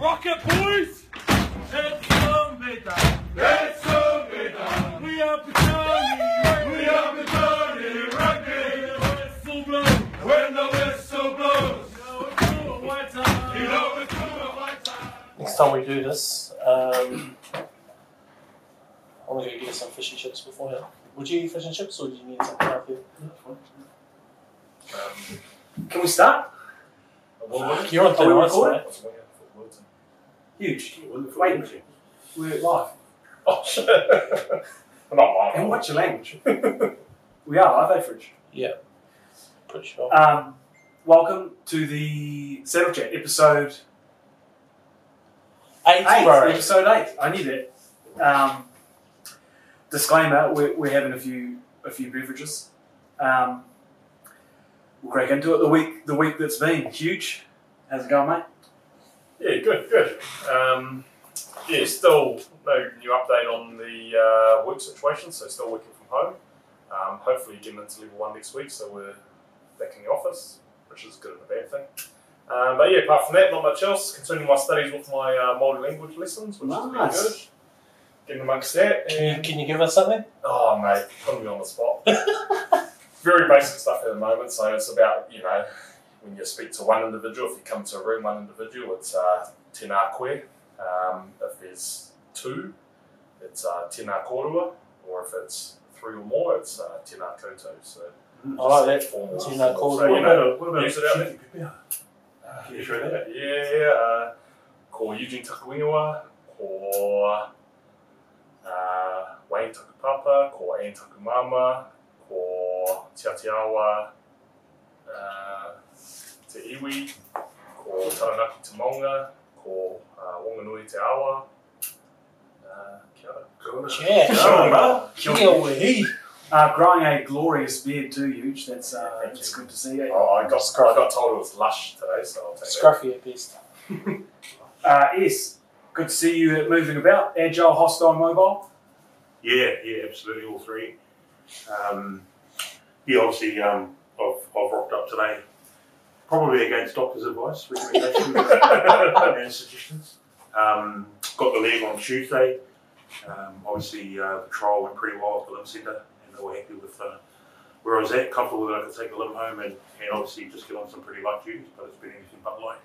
Rocket boys! Let's go Medan! Let's go Medan! We are Patani! We are Middle The Rugby! whistle blows! When the whistle blows, Now it's all white out. you know the crew are white out. Next time we do this, um, I'm gonna go get some fish and chips beforehand. Would you eat fish and chips, or do you need something out here? Can we start? You're on Are we thin ice recording? there. Huge. Wait, we're live. Oh, shit. And what's your language? we are live, average. Yeah. Pretty sure. Um, welcome to the Saddle Chat episode Eight, eight. bro. Episode eight. I knew that. Um, disclaimer: we're, we're having a few a few beverages. Um, we'll crack into it. The week the week that's been huge. How's it going, mate? Yeah, good, good. Um, yeah, still no new update on the uh, work situation, so still working from home. Um, hopefully, getting into level one next week, so we're back in the office, which is good and a bad thing. Um, but yeah, apart from that, not much else. Continuing my studies with my uh, Māori language lessons, which is really Nice. good. Getting amongst that. Can you, And, can you give us something? oh, mate, putting me on the spot. Very basic stuff at the moment, so it's about, you know, when you speak to one individual, if you come to a room, one individual, it's uh, tēnā koe. Um, if there's two, it's uh, tēnā kōrua, or if it's three or more, it's uh, tēnā koutou. So I like that. formal. Tēnā kōrua. So, you know, what use it out there. Uh, Yeah, yeah. Uh, ko Eugene Takawengawa, ko uh, Wayne Takapapa, ko Anne Takumama, ko Tiatiawa uh, Te Iwi, ko Taranaki Te Maunga, ko uh, Wanganui Te Awa. Uh, kia ora. Yeah, sure, bro. Yeah, we. Uh, growing a glorious beard too, huge. That's uh, Thank it's you. good to see. you. Oh, I got, I got told it was lush today, so I'll take it. Scruffy at best. Uh, yes, good to see you moving about. Agile, hostile, mobile. Yeah, yeah, absolutely, all three. Um, yeah, obviously, um, I've, I've rocked up today, probably against doctor's advice, recommendations, and suggestions. Um, got the leg on Tuesday. Um, obviously, uh, the trial went pretty well at the limb centre, and they were happy with uh, where I was at, comfortable that I could take the limb home and, and obviously just get on some pretty light duties, but it's been anything but light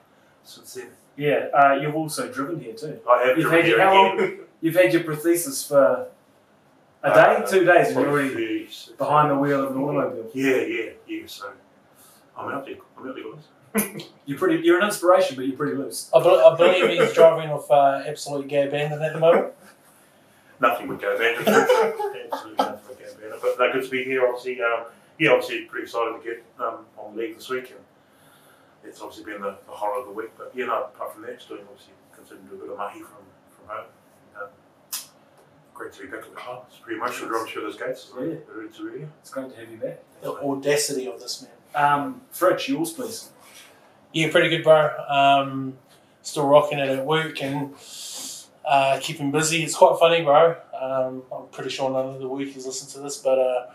since then. Yeah, uh, you've also driven here too. I have You've driven had your- here how again. You've had your prosthesis for a day, Uh, two days, and you're probably already 36. behind the wheel of an automobile. Yeah, yeah, yeah. So I'm out there. I'm out there, guys. You're pretty. You're an inspiration, but you're pretty loose. I, bel I believe he's driving off uh, absolute gay abandon at the moment. Nothing would go bad. Absolutely nothing would go bad. But no, good to be here. Obviously, um, yeah, obviously pretty excited to get um, on the league this week, and it's obviously been the, the horror of the week. But you know, apart from that, it's doing obviously continuing to do a bit of mahi from from home. Um, great to be back at the club. It's pretty much I'm sure those gates. Isn't it? It's really. It's great to have you back. The audacity of this man. Um, Fridge, yours, please. Yeah, pretty good, bro. Um, still rocking it at work and uh, keeping busy. It's quite funny, bro. Um, I'm pretty sure none of the workers listen to this, but uh,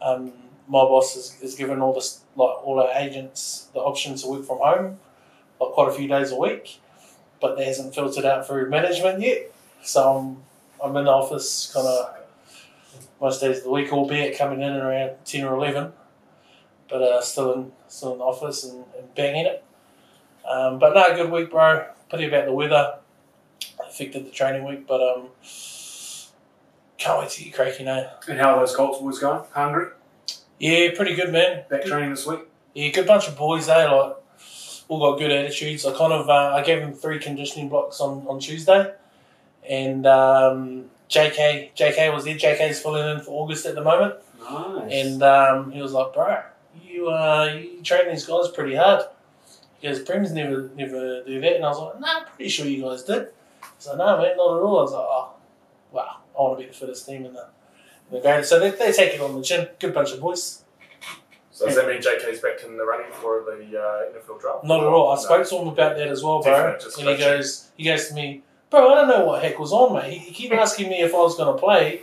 um, my boss is, is giving all this like all our agents the option to work from home, like quite a few days a week, but that hasn't filtered out through management yet. So I'm I'm in the office kind of most days of the week, albeit coming in around ten or eleven, but uh, still in still in the office and, and banging it. Um, but no, good week, bro. Pity about the weather. Affected the training week, but um, can't wait to get cracking, eh? And how are those Colts boys going? Hungry? Yeah, pretty good, man. Back training this week? Yeah, good bunch of boys, eh? Like, all got good attitudes. I kind of, uh, I gave them three conditioning blocks on, on Tuesday, and um, JK, JK was there. JK's filling in for August at the moment. Nice. And um, he was like, bro, you uh, you train these guys pretty hard. He goes, Prem's never never do that. And I was like, nah, I'm pretty sure you guys did. He's like, no, man, not at all. I was like, oh, wow, I want to be the fittest team in the, in the grade. So they, they take it on the chin. Good bunch of boys. So does that mean JK's back in the running for the uh, NFL draft? Not at all. I No. spoke to him about that as well, bro. Definite And he distraction. goes, he goes to me, bro, I don't know what heck was on, mate. He, he kept asking me if I was going to play.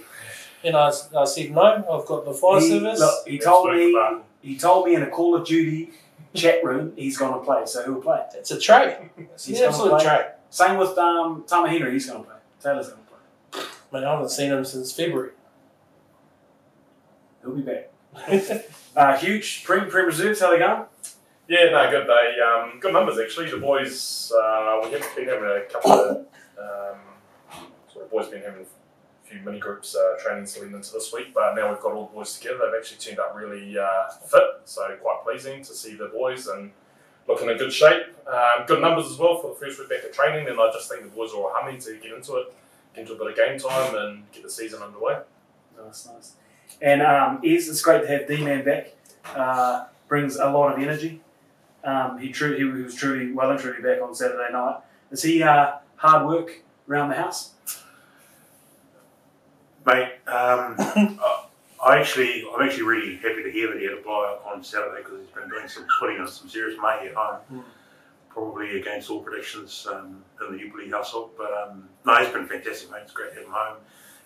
And I, s- I said, no, I've got the fire he, service. look, he Next told week, me. uh, Martin. He told me in a Call of Duty chat room he's going to play. So who'll play? It's a trait. It's an He's gonna absolute play. trait. Same with um, Tama Henry, he's going to play. Taylor's going to play. Man, I haven't seen him since February. He'll be back. Uh, huge, pre, pre reserves, how they going? Yeah, no, good. They um, good numbers actually. The boys uh, we have been having a couple of um, sort of boys been having a few mini groups uh, trainings leading into this week, but now we've got all the boys together. They've actually turned up really uh, fit, so quite pleasing to see the boys and looking in good shape. Um, good numbers as well for the first week back at training, and I just think the boys are all humming to get into it, get into a bit of game time, and get the season underway. Nice, nice. And um, Ez, it's great to have D Man back. Uh, brings a lot of energy. Um, he, tru- he was truly, well and truly back on Saturday night. Is he uh, hard work around the house? Mate, um, I- I actually, I'm actually really happy to hear that he had a blowout on Saturday because he's been doing some putting on some serious money at home, probably against all predictions um, in the Upley household. But um, no, he's been fantastic, mate. It's great to have him home.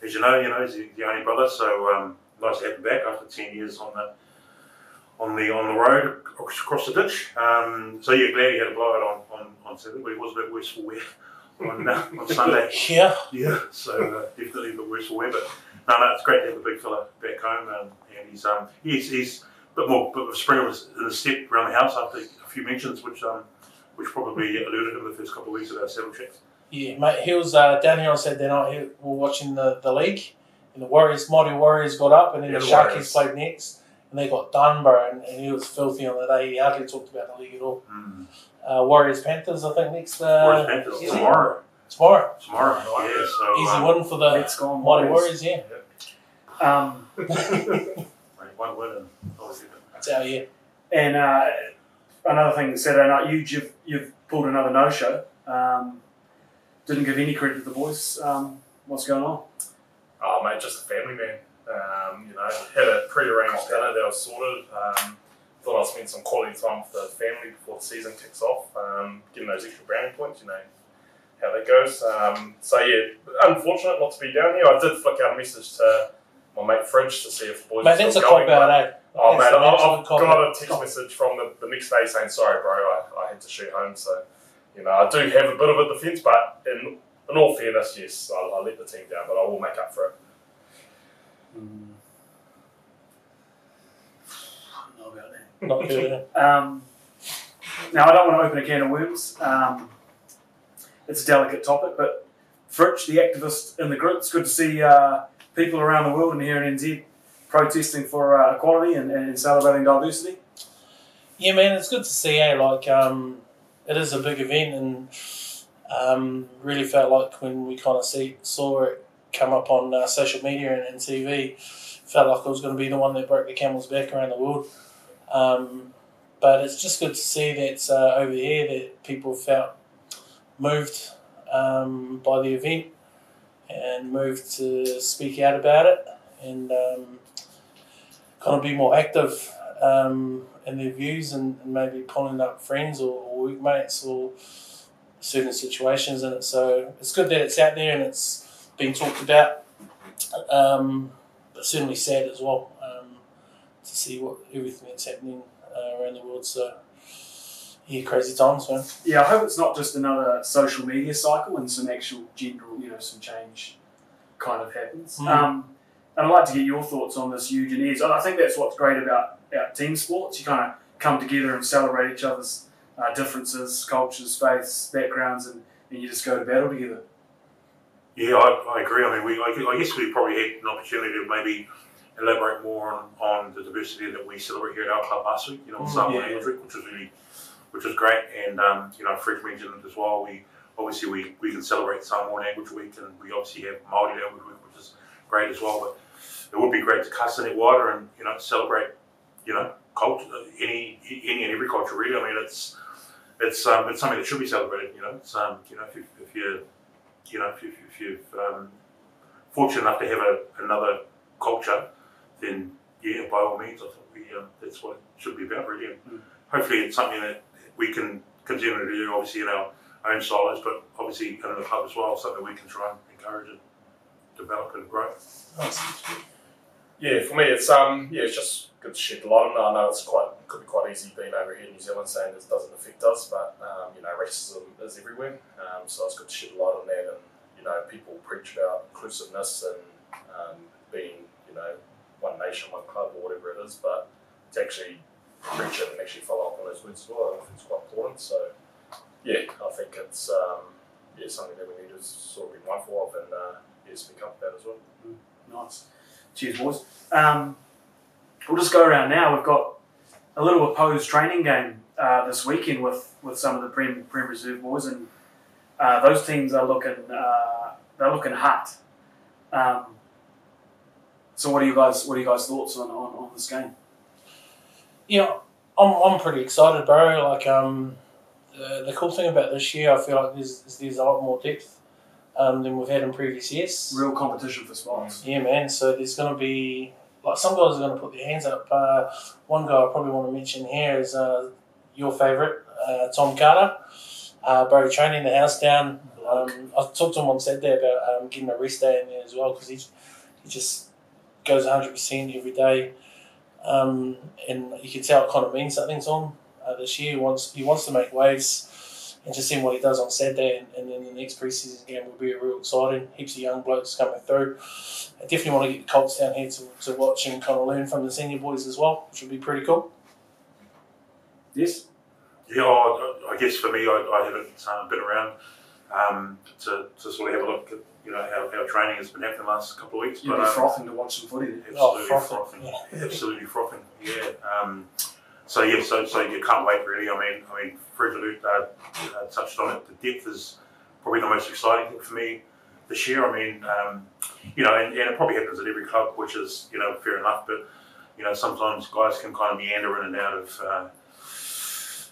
As you know, you know he's the- the only brother, so um, nice to have him back after ten years on the on the on the road ac- across the ditch. Um, so yeah, glad he had a blowout on, on, on Saturday, but he was a bit worse for wear on, uh, on Sunday. Yeah. Yeah, so uh, definitely the worst for wear, but no, no, it's great to have a big fella back home, um, and he's um, he's he's a bit more, bit of a spring was in the step around the house after a few mentions, which um, which probably alerted him the first couple of weeks of our saddle checks. Yeah, mate, he was uh, down here on Saturday night. He, we were watching the, the league, and the Warriors, Mighty Warriors got up, and then Yeah, the the Sharkies Warriors. played next, and they got done, bro. And, and he was filthy on the day. He hardly talked about the league at all. Mm. Uh, Warriors Panthers, I think, next Warriors uh, Panthers yeah. tomorrow, tomorrow. tomorrow, yeah. So Easy um, one for the Let's go on, Mighty Warriors. Warriors, yeah. Um, Oh, mate, one win and obviously That's our year. and uh, another thing, Saturday night, huge, you've, you've pulled another no show. Um, didn't give any credit to the boys. Um, what's going on? Oh mate, just a family man. Um, you know, had a pre-arranged dinner that was sorted. Um, thought I'd spend some quality time with the family before the season kicks off. Um, getting those extra brownie points, you know how that goes. Um, so yeah, unfortunate not to be down here. I did flick out a message to my mate Fridge to see if the boys. Mate, were that's a still cop going, out, but- eh? Oh That's man, an I- absolute I've cop-out. got a text Cop- message from the, the next day saying, "Sorry, bro, I, I had to shoot home." So, you know, I do have a bit of a defence, but in, in all fairness, yes, I, I let the team down, but I will make up for it. I don't know about that. Not good, eh? Um, now, I don't want to open a can of worms. Um, it's a delicate topic, but Fritch, the activist in the group, it's good to see uh, people around the world and here in NZ protesting for uh, equality and, and celebrating diversity. Yeah, man, it's good to see. Eh? Like, um, it is a big event, and um, really felt like when we kind of see saw it come up on uh, social media and, and TV, felt like it was going to be the one that broke the camel's back around the world. Um, but it's just good to see that uh, over here that people felt moved um, by the event and moved to speak out about it and um, kind of be more active um, in their views and, and maybe pulling up friends or, or workmates or certain situations in it. So it's good that it's out there and it's being talked about, um, but certainly sad as well um, to see what everything that's happening uh, around the world. So yeah, crazy times, man. Yeah, I hope it's not just another social media cycle and some actual general, you know, some change kind of happens. Mm. Um, and I'd like to get your thoughts on this, huge and Ez. I think that's what's great about our team sports. You kind of come together and celebrate each other's uh, differences, cultures, faiths, backgrounds, and, and you just go to battle together. Yeah, I, I agree. I mean, we, I, gu- I guess we probably had an opportunity to maybe elaborate more on, on the diversity that we celebrate here at our club last week, you know, on Mm, Sunday, yeah. which was really, which was great. And, um, you know, Fred mentioned it as well. We obviously we, we can celebrate Samoan Language Week and we obviously have Māori Language Week, which is great as well. But it would be great to cast in it wider and, you know, celebrate, you know, culture, any, any and every culture really. I mean, it's, it's, um, it's something that should be celebrated, you know, it's, um, you know, if, you, if you're, you know, if, you, if you've um, fortunate enough to have a, another culture, then yeah, by all means, I think we, um, that's what it should be about, really. And Hopefully, it's something that we can continue to do, obviously, in our own silos, but obviously in the club as well, something we can try and encourage and develop and grow. Nice. Yeah, for me, it's um, yeah, it's just good shit. A lot of I know it's quite could be quite easy being over here in New Zealand saying this doesn't affect us, but um, you know racism is everywhere. Um, so it's good to shit a lot on that, and you know people preach about inclusiveness and um, being you know one nation, one club, or whatever it is, but to actually preach it and actually follow up on those words as well, I think it's quite important. So yeah, I think it's um, yeah something that we need to sort of be mindful of and uh, yeah, speak up about as well. Nice. Cheers, boys. Um, we'll just go around now. We've got a little opposed training game uh, this weekend with, with some of the Prem, Prem Reserve boys, and uh, those teams are looking uh, they're looking hot. Um, so, what are you guys what are you guys thoughts on, on, on this game? Yeah, I'm, I'm pretty excited, bro. Like, um, the, the cool thing about this year, I feel like there's is there's a lot more depth um, than we've had in previous years. Real competition for spots. Yeah, man. So there's going to be like some guys are going to put their hands up. Uh, one guy I probably want to mention here is uh, your favourite, uh, Tom Carter. Uh, bro, training the house down. Um, I talked to him on Saturday about um, getting a rest day in there as well because he he just goes 100 percent every day, um, and you can tell it kind of means something to him uh, this year. He wants he wants to make waves, and just seeing what he does on Saturday, and, and then the next preseason game will be real exciting. Heaps of young blokes coming through. I definitely want to get the Colts down here to, to watch and kind of learn from the senior boys as well, which would be pretty cool. Yes. Yeah, I, I guess for me, I, I haven't um, been around um, to, to sort of have a look at you know how, how training has been happening the last couple of weeks. You'd but, be um, frothing to watch some footy. Absolutely Oh, frothing, frothing. Absolutely frothing. Yeah. Um, so yeah, so so you can't wait really. I mean, I mean, Fred Lute, uh, uh, touched on it. The depth is probably the most exciting thing for me this year. I mean, um, you know, and, and it probably happens at every club, which is you know fair enough. But you know, sometimes guys can kind of meander in and out of uh,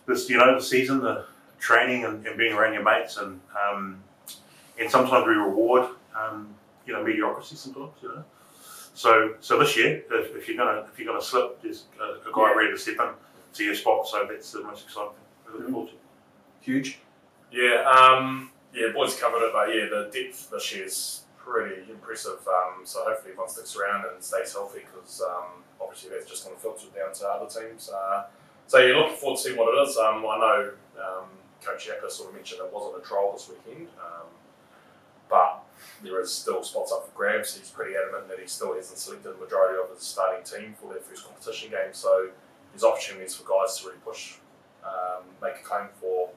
this, you know, the season, the training, and, and being around your mates, and um, and sometimes we reward um, you know mediocrity sometimes, you know. So, so this year, if, if you're gonna if you're gonna slip, there's a, a guy ready to step in to your spot. So that's the most exciting thing. Looking forward to. Huge. Yeah, um, yeah, boys covered it, but yeah, the depth this year is pretty impressive. Um, so hopefully everyone sticks around and stays healthy because um, obviously that's just going to filter down to other teams. Uh, so yeah, looking forward to seeing what it is. Um, I know um, Coach Yapper sort of mentioned it wasn't a trial this weekend, um, but there is still spots up for grabs. He's pretty adamant that he still hasn't selected the majority of his starting team for their first competition game. So there's opportunities for guys to really push, um, make a claim for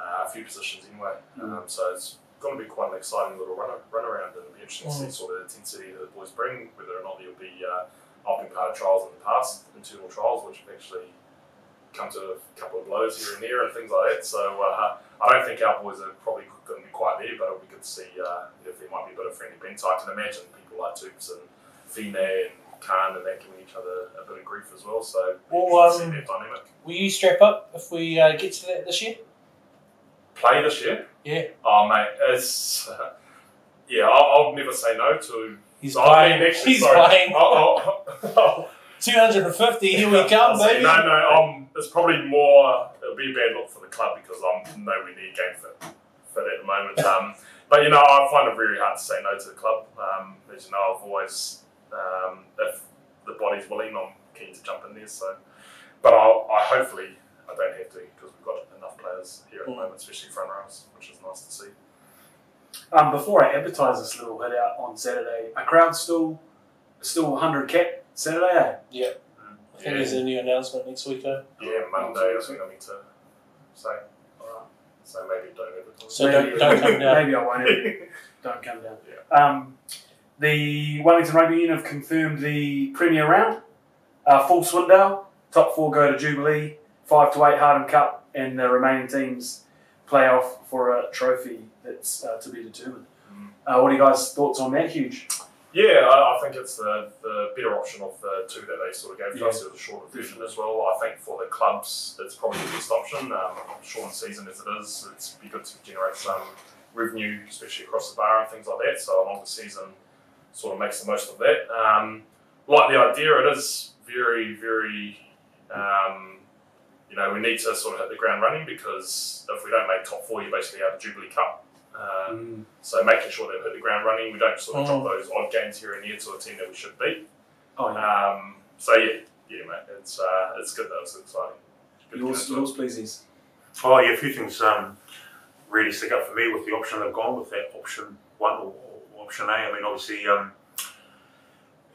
uh, a few positions anyway. Um, so it's going to be quite an exciting little run, run around and it'll be interesting to see sort of the intensity that the boys bring, whether or not there'll be, uh, I've been part of trials in the past, internal trials, which have actually come to a couple of blows here and there and things like that. So uh, I don't think our boys are probably going to be quite there, but it'll be good to see uh, if there might be a bit of friendly bent. I can imagine people like Toops and Fine and Khan and that giving each other a bit of grief as well. So it'll be Well, interesting um, to see that dynamic. Will you strap up if we uh, get to that this year? Play this year? Yeah. Oh, mate, it's. yeah, I'll, I'll never say no to. He's I mean, playing. actually, He's sorry. playing. I'll- I'll- I'll- 250. Here we I'll come, say, baby. No, no, um, it's probably more. It'll be a bad look for the club because I'm nowhere near game fit, fit at the moment. Um, but you know, I find it very hard to say no to the club. Um, as you know, I've always, um, if the body's willing, I'm keen to jump in there. So, but I'll, I hopefully I don't have to because we've got enough players here at the moment, especially front rows, which is nice to see. Um, before I advertise this little hit out on Saturday, a crowd still still 100 cap Saturday. eh? I think there's a new announcement next week, though. Yeah, Monday. I think I need to say. Alright. So maybe don't ever. So don't, don't come down. Maybe I won't. ever- don't come down. Um, the Wellington Rugby Union have confirmed the Premier round. Uh, full Swindale, top four go to Jubilee, five to eight Hardham Cup, and the remaining teams play off for a trophy that's uh, to be determined. Mm. Uh, what are you guys' thoughts on that? Huge. Yeah, I, I think it's the, the better option of the two that they sort of gave to us. It was a shorter version as well. I think for the clubs, it's probably the best option. Um, short season as it is, it's be good to generate some revenue, especially across the bar and things like that. So a longer season sort of makes the most of that. Um, like the idea, it is very, very. Um, you know, we need to sort of hit the ground running because if we don't make top four, you basically have a Jubilee Cup. Um, so making sure they've hit the ground running, we don't sort of drop those odd games here and there to a team that we should beat. Oh, yeah. Um, so yeah, yeah, mate, it's uh, it's good though. It's exciting. Good to Yours, get into it. yours pleases. Oh yeah, a few things um, really stick up for me with the option they've gone with that option one or, or option A. I mean, obviously um,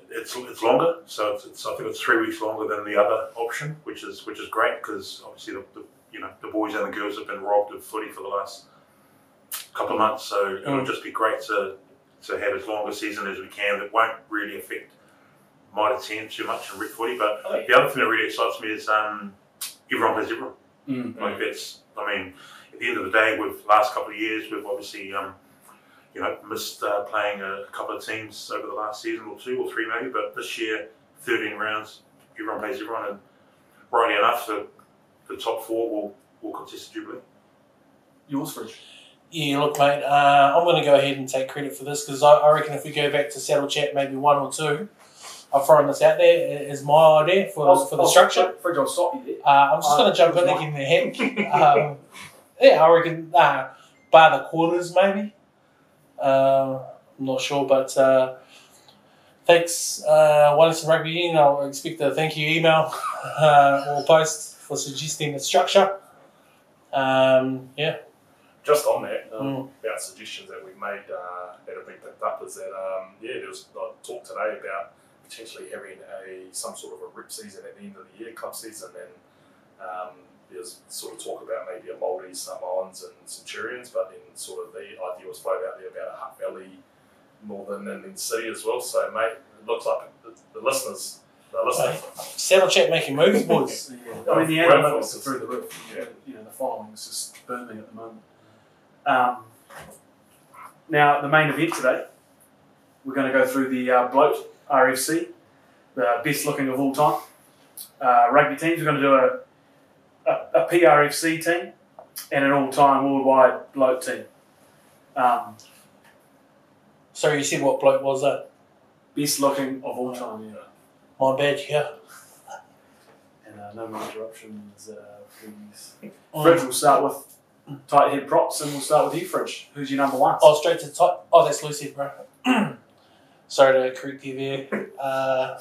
it's it's longer, so it's, it's I think it's three weeks longer than the other option, which is which is great because obviously the, the you know the boys and the girls have been robbed of footy for the last couple of months, so it would just be great to to have as long a season as we can that won't really affect my team too much in rep footy. But the other thing that really excites me is um, everyone plays everyone. Mm. Like that's, I mean, at the end of the day, with the last couple of years, we've obviously, um, you know, missed uh, playing a couple of teams over the last season or two or three maybe, but this year, 13 rounds, everyone plays everyone, and rightly enough, the, the top four will, will contest the Jubilee. Yours, Fridge. Yeah, look, mate, uh, I'm going to go ahead and take credit for this because I, I reckon if we go back to Saddle Chat, maybe one or two, I'll throw this out there i- is my idea for, for the structure. Fridge, I'll stop you there. Uh, I'm just Uh, going to jump in mine. again there. Um, yeah, I reckon, uh, bar the quarters, maybe. Uh, I'm not sure, but uh, thanks, uh, Wellington Rugby Union. I'll expect a thank you email uh, or post for suggesting the structure. Um, yeah. Just on that, um, Mm. about suggestions that we've made uh, that have been picked up is that um, yeah, there was like, talk today about potentially having a some sort of a rip season at the end of the year, club season, and um, there's sort of talk about maybe a Maori, Samoans, and Centurions, but then sort of the idea was floated out there about a Hutt Valley, Northern, and then City as well. So mate, it looks like the, the listeners, the listeners, Saddle Chat making moves, boys. I mean, the Well, animal is well, through the roof. yeah. You know, the following is just booming at the moment. Um, now, the main event today, we're going to go through the uh, bloat RFC, the best looking of all time. Uh, rugby teams, we're going to do a, a, a PRFC team and an all time worldwide bloat team. Um, Sorry, you said what bloke was that? best looking of all time, yeah. My bad, yeah. And uh, no more interruptions, uh, please. Fridge, Mm. we'll start with tight head props, and we'll start with you, Fridge. Who's your number one? Oh, straight to top. Oh, that's Lucy, bro. Sorry to correct you there. Uh,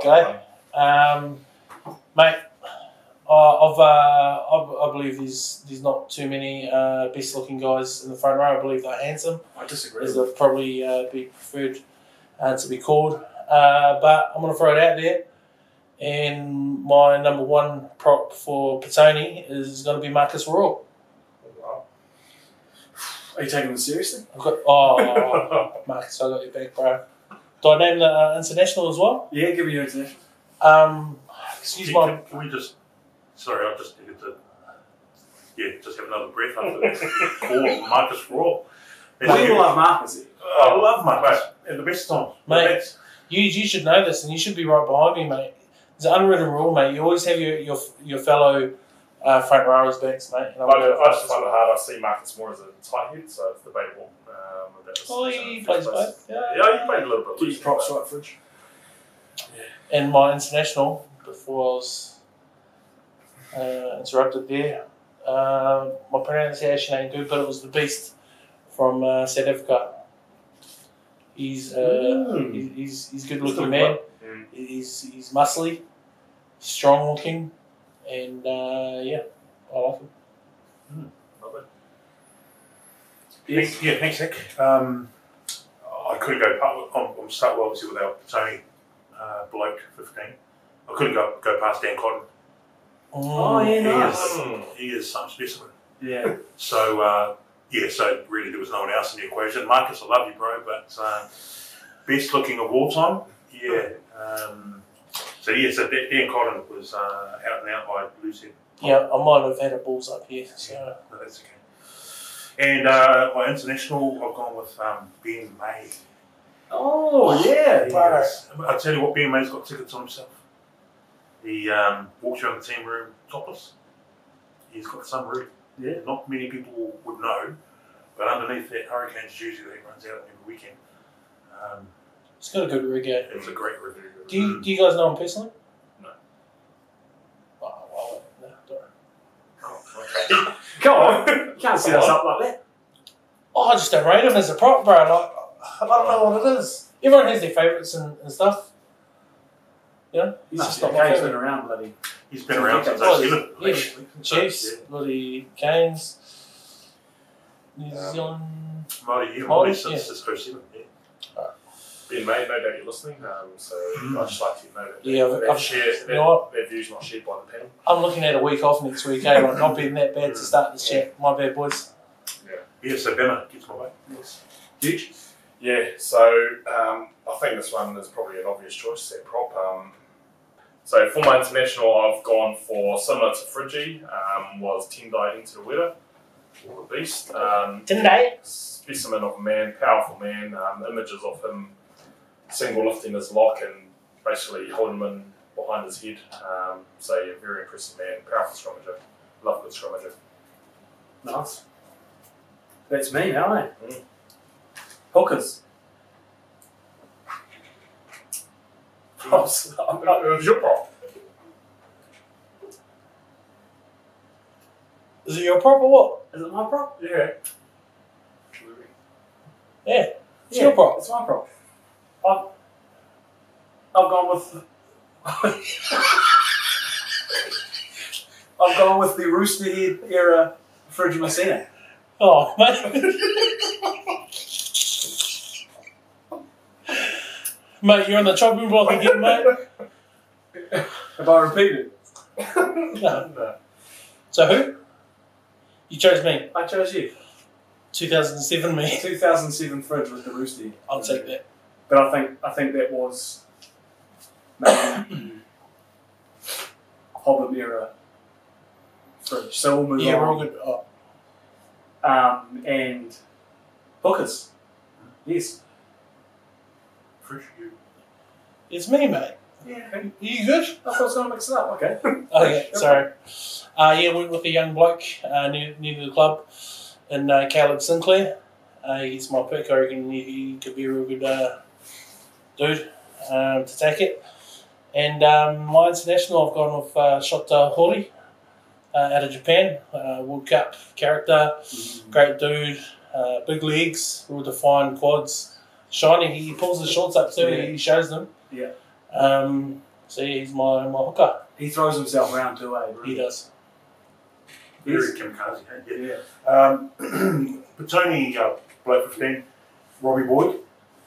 Okay. um, mate, I- I've, uh, I, I believe there's, there's not too many uh, best looking guys in the front row. I believe they're handsome. I disagree. as they've probably uh, be preferred uh, to be called. Uh, but I'm going to throw it out there. And my number one prop for Petoni is going to be Marcus Royal. Are you taking this seriously? I've got, oh, Marcus, I got your back, bro. Do I name the uh, international as well? Yeah, give me your international. Um, excuse my. Can, can we just, sorry, I just needed to, yeah, just have another breath after that. Or Marcus Raw. We all love Marcus. here. I love Marcus, at the best time. Mate. That's- You, you should know this, and you should be right behind me, mate. It's an unwritten rule, mate. You always have your your, your fellow uh, front rowers backs, mate. And I, I'm gonna go I just Marcus find it Royal. hard. I see Marcus more as a tight head, so it's debatable. Um, if that was- Oh, he plays both. Yeah. Yeah, he played a little bit. Get your loose, props but- right, Fridge. and my international before I was uh, interrupted there. Uh, my pronunciation ain't good, but it was the beast from uh, South Africa. He's uh, Mm. he- he's he's good He's looking doing man. well. Mm. He's he's muscly, strong looking, and uh, yeah, I like him. Lovely. Thanks, yeah, thanks, Nick. Um, I couldn't go. pa- I'm, I'm stuck well, obviously, without Tony uh, bloke 15. I couldn't go go past Dan Cotton. Oh, yeah, nice. Mm. He is some specimen. Yeah. So uh, yeah, so really there was no one else in the equation. Marcus, I love you, bro, but uh, best looking of all time. Yeah. Um, so yeah, so Dan Dan Cotton was uh, out and out by Lucy. Yeah, I might have had a balls up here. So No, that's okay. And uh, my international, I've gone with um, Ben May. Oh, yeah. Yes. I'll tell you what, Ben May's got tickets on himself. He um, walks around the team room topless. He's got some route. Yeah. Not many people would know, but underneath that Hurricanes jersey that he runs out every weekend, um, it's got a good rig. eh? it's a great review. Do you, do you guys know him personally? No. Oh, well, no, don't. Come on. You can't set us up like that. Oh, I just don't rate him as a prop, bro. Like, I don't know what it is. Everyone has their favourites and, and stuff. He's No, just yeah, not Kane's has been around, bloody. He's been around since Oh, 07. yeah. Chiefs, bloody Canes, New Um, Zealand. Māori, yeah, Māori, Māori since this 07. Yeah. Ben May, no doubt you're listening. Um, so I'd just like to know that, Yeah, that, I've- share, you that, know what? that view's not shared by the panel. I'm looking at a week off next week, eh? Like, not being that bad to start this chat. My bad, boys. yeah, so Bama gets my way. Yes. Huge. Yeah, so um, I think this one is probably an obvious choice, that prop. Um, so for my international, I've gone for similar to Frigi, um, was Tendai into the weather, or the beast. Um, Today? specimen of a man, powerful man, um, images of him single lifting his lock and basically holding him in behind his head. Um, so, yeah, very impressive man, powerful scrummager. Love good scrummager. Nice. That's me now, eh? Mm. Hookers. Props. I'm not- It was your prop. Is it your prop or what? Is it my prop? Yeah. Yeah. It's your prop. It's my prop. I've, I've gone with. I've gone with the Rooster Head era Fridge Messina. Oh, mate. mate, you're on the chopping block again, mate. If I repeat it, No. So who? You chose me. I chose you. 2007 me. 2007 Fridge with the Rooster Head. I'll take that. But I think I think that was maybe Hobbit era Fridge. So we'll move Yeah, on. we're all good. Oh, Um, and hookers. Yes. Fresh you. it's me, mate. Yeah. You good? I thought I was going to mix it up. Okay. Okay, Oh, sorry. Uh, yeah, went with a young bloke uh, new, new to the club, and uh, Caleb Sinclair. Uh, he's my pick. I reckon he, he could be a real good uh, dude um, to take it. And um, my international, I've gone with uh, Shota Hori uh, out of Japan. Uh, World Cup character, great dude, uh, big legs, well defined quads, shiny. He pulls his shorts up too. Yeah. He shows them. Yeah. Um, so yeah, he's my, my hooker. He throws himself around too, eh? He does. Very kamikaze. eh? Yeah. Yeah. Um, but Tony, uh, below 15, Robbie Boyd,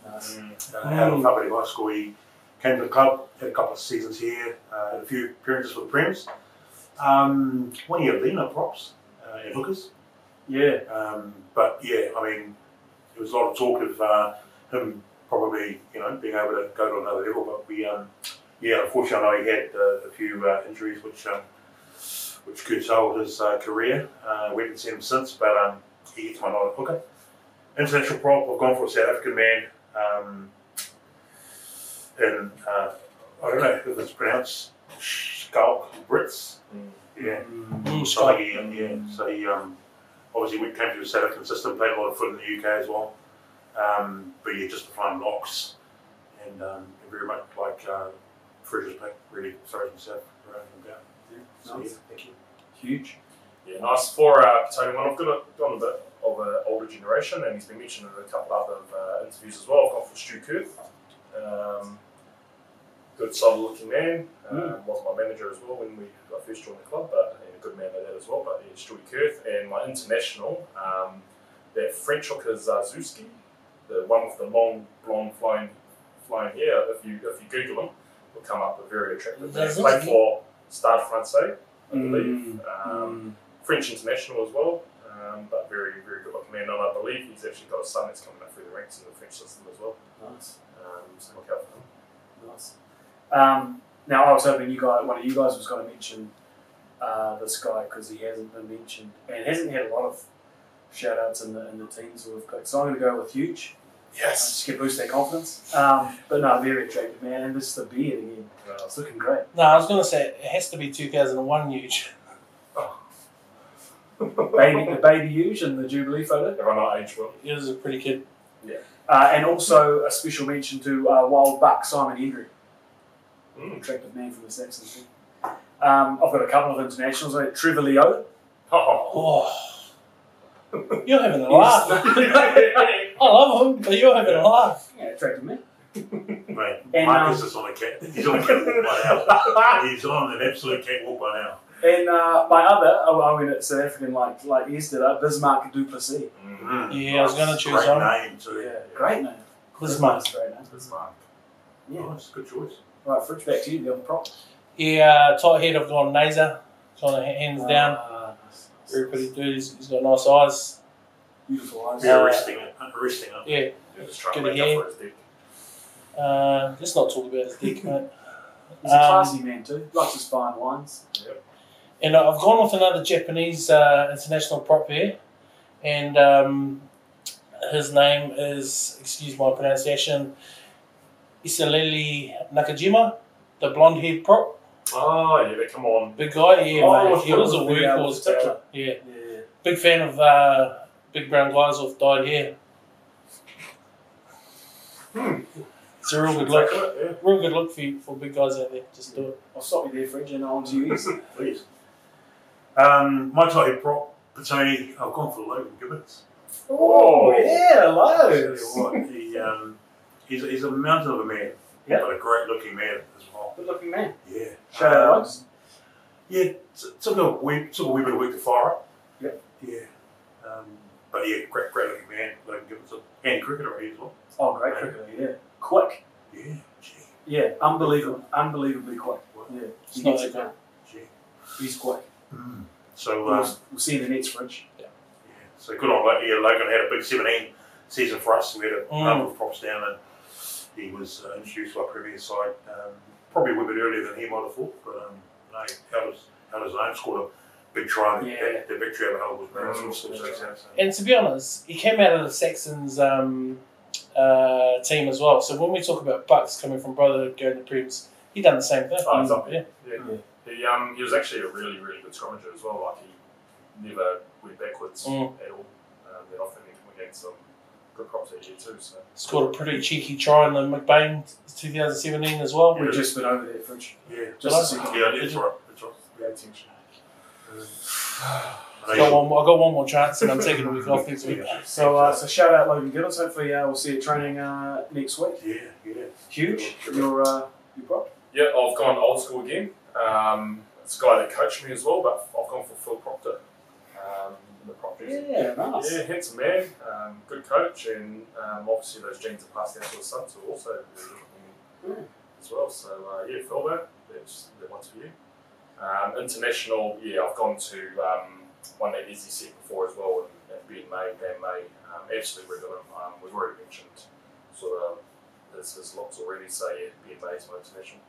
Nice. uh, out of Whakare High School. He came to the club, had a couple of seasons here, uh, had a few appearances for the Prem's. Um, one year leaner props uh, and hookers. Yeah. Um, but yeah, I mean, there was a lot of talk of uh, him probably, you know, being able to go to another level. But we, um, yeah, unfortunately, I know he had uh, a few uh, injuries, which um, which curtailed his uh, career. Uh, we haven't seen him since, but um, he gets my nod hooker. International prop, I've gone for a South African man. Um, and uh, I don't know if it's pronounced Skulk Brits. Mm. Yeah. Mm, So like he, um, yeah, so he um, obviously went, came to the South African system, played a lot of foot in the UK as well. Um, but yeah, just behind locks and um, very much like uh, Freshers Pack, really throws himself around and about. So Nice. yeah, thank you. Huge. Yeah, nice for uh, Tony. One, I've got a, gone a bit of an older generation, and he's been mentioned in a couple other uh, interviews as well. I've gone for Stu Kirk. Um, good, solid-looking man. Um, Was my manager as well when we I first joined the club, but yeah, a good man at that as well. But yeah, Stewie Kirk and my international, um, that French hooker Zazuski, the one with the long blonde flowing flowing hair. If you if you Google him, will come up a very attractive man. Played Zazuski. for Stade Français, I Mm. believe. Um, Um, French international as well, um, but very, very good looking man. And I believe he's actually got a son that's coming up through the ranks in the French system as well. nice. Um, so look out for him. Nice. Um, now I was hoping you guys, one of you guys, was going to mention uh, this guy because he hasn't been mentioned and hasn't had a lot of shout outs in the in the teams we've picked. So I'm going to go with Huge. Yes. Just to boost their confidence. Um, but no, very attractive man, and this is the beard again. Uh, It's looking great. No, I was going to say it has to be 2001 huge. Baby, the baby Huge in the Jubilee photo. They're on our age well. It was a pretty kid. Uh, and also a special mention to uh, Wild Buck Simon Hendry, Mm. attractive man from the Saxons. team. Um, I've got a couple of internationals. Like Trevor Leo. Oh. Oh, you're having a laugh. He's- I love him, but you're having a laugh. yeah, attractive man. But mate. And, Marcus um, is on a cat. He's on a catwalk by now. He's on an absolute catwalk by now. And uh, my other, oh, I went at South African like like yesterday, uh, Bismarck Duplessis. Yeah, I was gonna Nice. choose Great that one. name too. Yeah, great name. Bismarck. great name. Bismarck. Yeah. Nice, Oh, good choice. Right, Fritz, back to you. The other prop. Yeah, tight head. I've gone Naser. Gone hands down. Ah, nice, nice, Very pretty nice. dude. He's, he's got nice eyes. Beautiful eyes. Very uh, Yeah. arresting, arresting. huh? Yeah. Yeah, just trying to Good make game. up for his dick. Uh, let's not talk about his dick, mate. He's a classy man too. Likes his fine wines. And I- I've gone with another Japanese uh, international prop here, and um, his name is, excuse my pronunciation, Isaleli Nakajima, the blonde haired prop. Oh, yeah, they come on. Big guy, yeah, Oh, mate. I He thought was a it was the, uh, workhorse, the bro. picture. Yeah, Yeah. big fan of uh, big brown guys with dyed hair. Hmm. It's a real good Like, look. yeah. Real good look for, you, for big guys out there. Just do it. I'll stop you there, Fridge, and on to you. Please. Um, my title prop, Patoni, I've gone for Logan Gibbons. Oh. yeah, I'll tell you hello. what, he, um, he's, he's a mountain of a man, Yeah. but a great looking man as well. Good looking man. Yeah. Shout out, Um, Logs. Yeah, t- took a week, took a wee bit of a week to fire up. Yeah. Yeah. Um, but yeah, great, great looking man, Logan Gibbons, and cricketer he as well. Oh, great cricketer. Yeah, quick. Yeah, gee, Yeah, unbelievable, unbelievably quick. what, Yeah, It's he not gets that it done. good. gee. He's quick. So, um, We'll, we'll see you in the next Fridge. Yeah, so good on Logan. Yeah, Logan had a big 17 season for us. We had a Mm. number of props down, and he was uh, introduced to our premier side um, probably a wee bit earlier than he might have thought. But um, no, held his, held his own, scored a big try. Yeah. That, that victory over Hull was Mm. massive. so it's out, so- And to be honest, he came out of the Saxons um, uh, team as well. So when we talk about Bucks coming from Brotherhood going to Pribs, he done the same thing. Oh, he's up yeah. Yeah. He, um, he was actually a really, really good scrummager as well. Like, he never went backwards Mm. at all. Um, then often he come against some good props that year too. So. Scored a pretty cheeky try in the McBain 2017 as well. We've just been over there, Fridge. Yeah, Just to see. yeah, that's right. That's right. Yeah, attention. I I got know one, more- I got one more chance, and I'm taking a week off next week. So, uh, so shout out Logan Giddens. Hopefully, uh, we'll see you training uh, next week. you- Yeah, yeah. Huge. Your uh, your prop. Yeah, I've gone old school again. Um, it's a guy that coached me as well, but I've gone for Phil Proctor. Um, in the prop jersey. Yeah, nice. Yeah, handsome man, um, good coach, and um, obviously those genes are passed down to his son, so also really good Mm. as well. So uh, yeah, Phil, that that's that one's for you. Um, international, yeah, I've gone to um, one that Izzy said before as well, and, and Ben May, Dan May, um, absolutely regular. Um, we've already mentioned sort of his, his locks already, so yeah, Ben May's my international.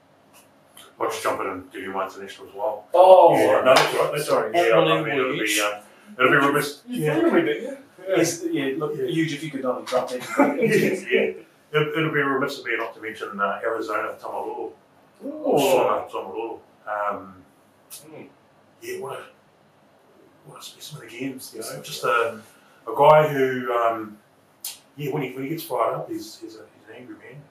I'll just jump in and give you my international as well. Oh, yeah, no, that's right. That's Sorry. right. Yeah, I mean, Unbelievable it'll use. be, um, it'll be remiss. Yeah. Yes, yeah, look, Yeah. huge if you could only drop it. Yes, yeah. It, it'll be remiss of me not to mention uh, Arizona Tamalolo. Or Oh, Sona Tamalolo. Um, yeah, what a, what a specimen of games. You know, just a, a guy who, um, yeah, when he, when he gets fired up, he's, he's, a, he's an angry man.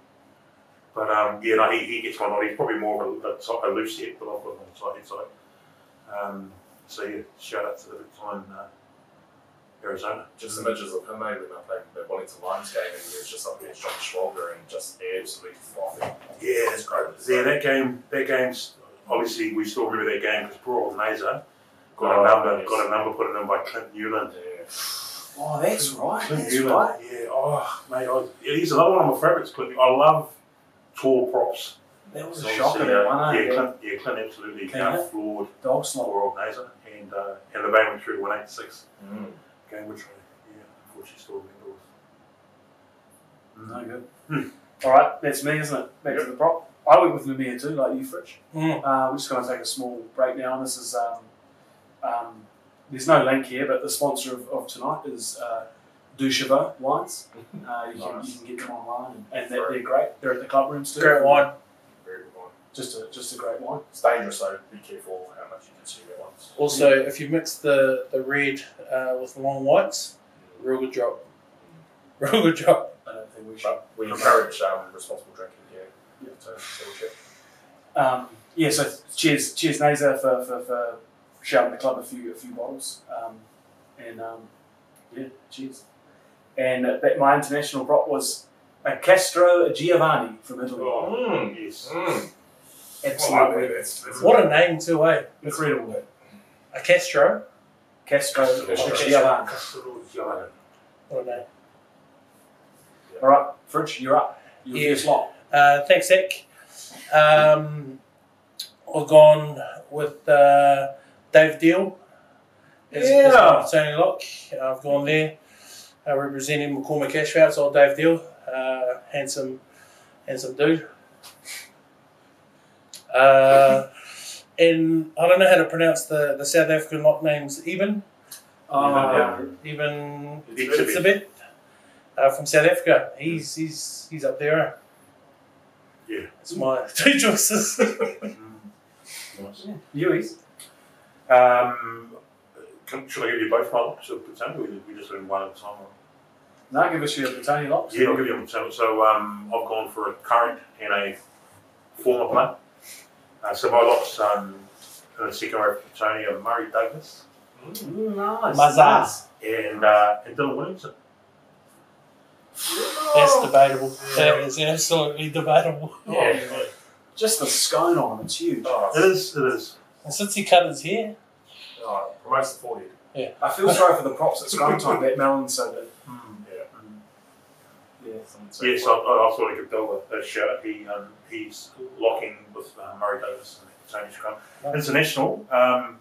But um, yeah, no, he, he gets one on. He's probably more of a, a, tight- a loose hip, but I've got him on the tight side. Um, so yeah, shout out to the big time uh, Arizona. just images of him, eh, when I played the Wellington Lions game, and he was just up against John Schwalger and just absolutely frothing. Yeah, it's great. Yeah, that game, that game's obvioly we still remember that game because poor old Naser got Oh, a number, yes. got a number put in by Clint Newland. Yeah. oh, that's right. Clint That's right. yeah. Oh, mate, I, yeah, he's another one of my favourites, Clint. I love tall props. That was a Obviously, shocker, that one, eh? yeah, Clint, yeah, Clint absolutely Clint, eh? outfloored Dog slot. poor old Naser, and uh, and the Bay went through one eight six Mm. game, which I yeah, unfortunately still remember. No good. Hmm. All right, that's me, isn't it? Back to the prop. I went with Namir too, like you, Fridge. Mm. Uh, we're just going to take a small break now. And this is, um, um, there's no link here, but the sponsor of, of tonight is uh, Dushava Wines. Uh, you, can, you Nice. can get them online, and, and they're, they're great. They're at the club rooms too. Great wine. Very good one. Just a just a great wine. It's dangerous though, be careful how much you consume at once. Also, if you mix the the red uh, with long whites, real good drop. Real good drop. I don't think we should. But we encourage um, responsible drinking here. Yeah. So, so we should. Um, yeah, so cheers, cheers, Nazer, for, for, for shouting the club a few a few bottles, um, and um, yeah, cheers. And uh, that my international prop was a Castro Giovanni from Italy. Oh, Mm. yes. Mm. Well, I Absolutely think that's, that's What a name too, eh? incredible. A Castro. Castro Castro. Giovanni. Custodal Giovanni. What a name. All right, Fridge, you're up. You're Yeah. first lot. Uh, thanks, Zach. Um, I've gone with uh, Dave Deal as, as Yeah. my Tony Lock. I've gone there uh, representing McCormick Ashfouts old Dave Deal. Uh, handsome, handsome dude. Uh, and I don't know how to pronounce the, the South African lock names, Eben, Uh, Eben Exhibit. Kitsabit, uh, from South Africa. He's, he's, he's up there. eh? Yeah. It's my two choices. Oh. Nice. Yui's. Um, can, should I give you both my locks of Britannia? We, we just learned one at a time. Now give us your Britannia lot. Yeah, I'll give you them. So, so um, I've gone for a current and a former player. Uh, so my locks um, in the second row for Tony are Murray Douglas Mm, nice. Mazar. nice. and, uh, and Dylan Williamson. That's debatable. That is absolutely debatable. Oh. Yeah. Just the scone on them, it's huge. Oh, It is, it is. And since he cut his hair, oh, it promotes the forehead. I feel sorry for the props at scrum time. That melon's so big. Yeah. Yeah. So- Yes, I, I, I thought I could build a, a shirt. He, um, he's locking with uh, Murray Douglas and Tony Scrum. International, um,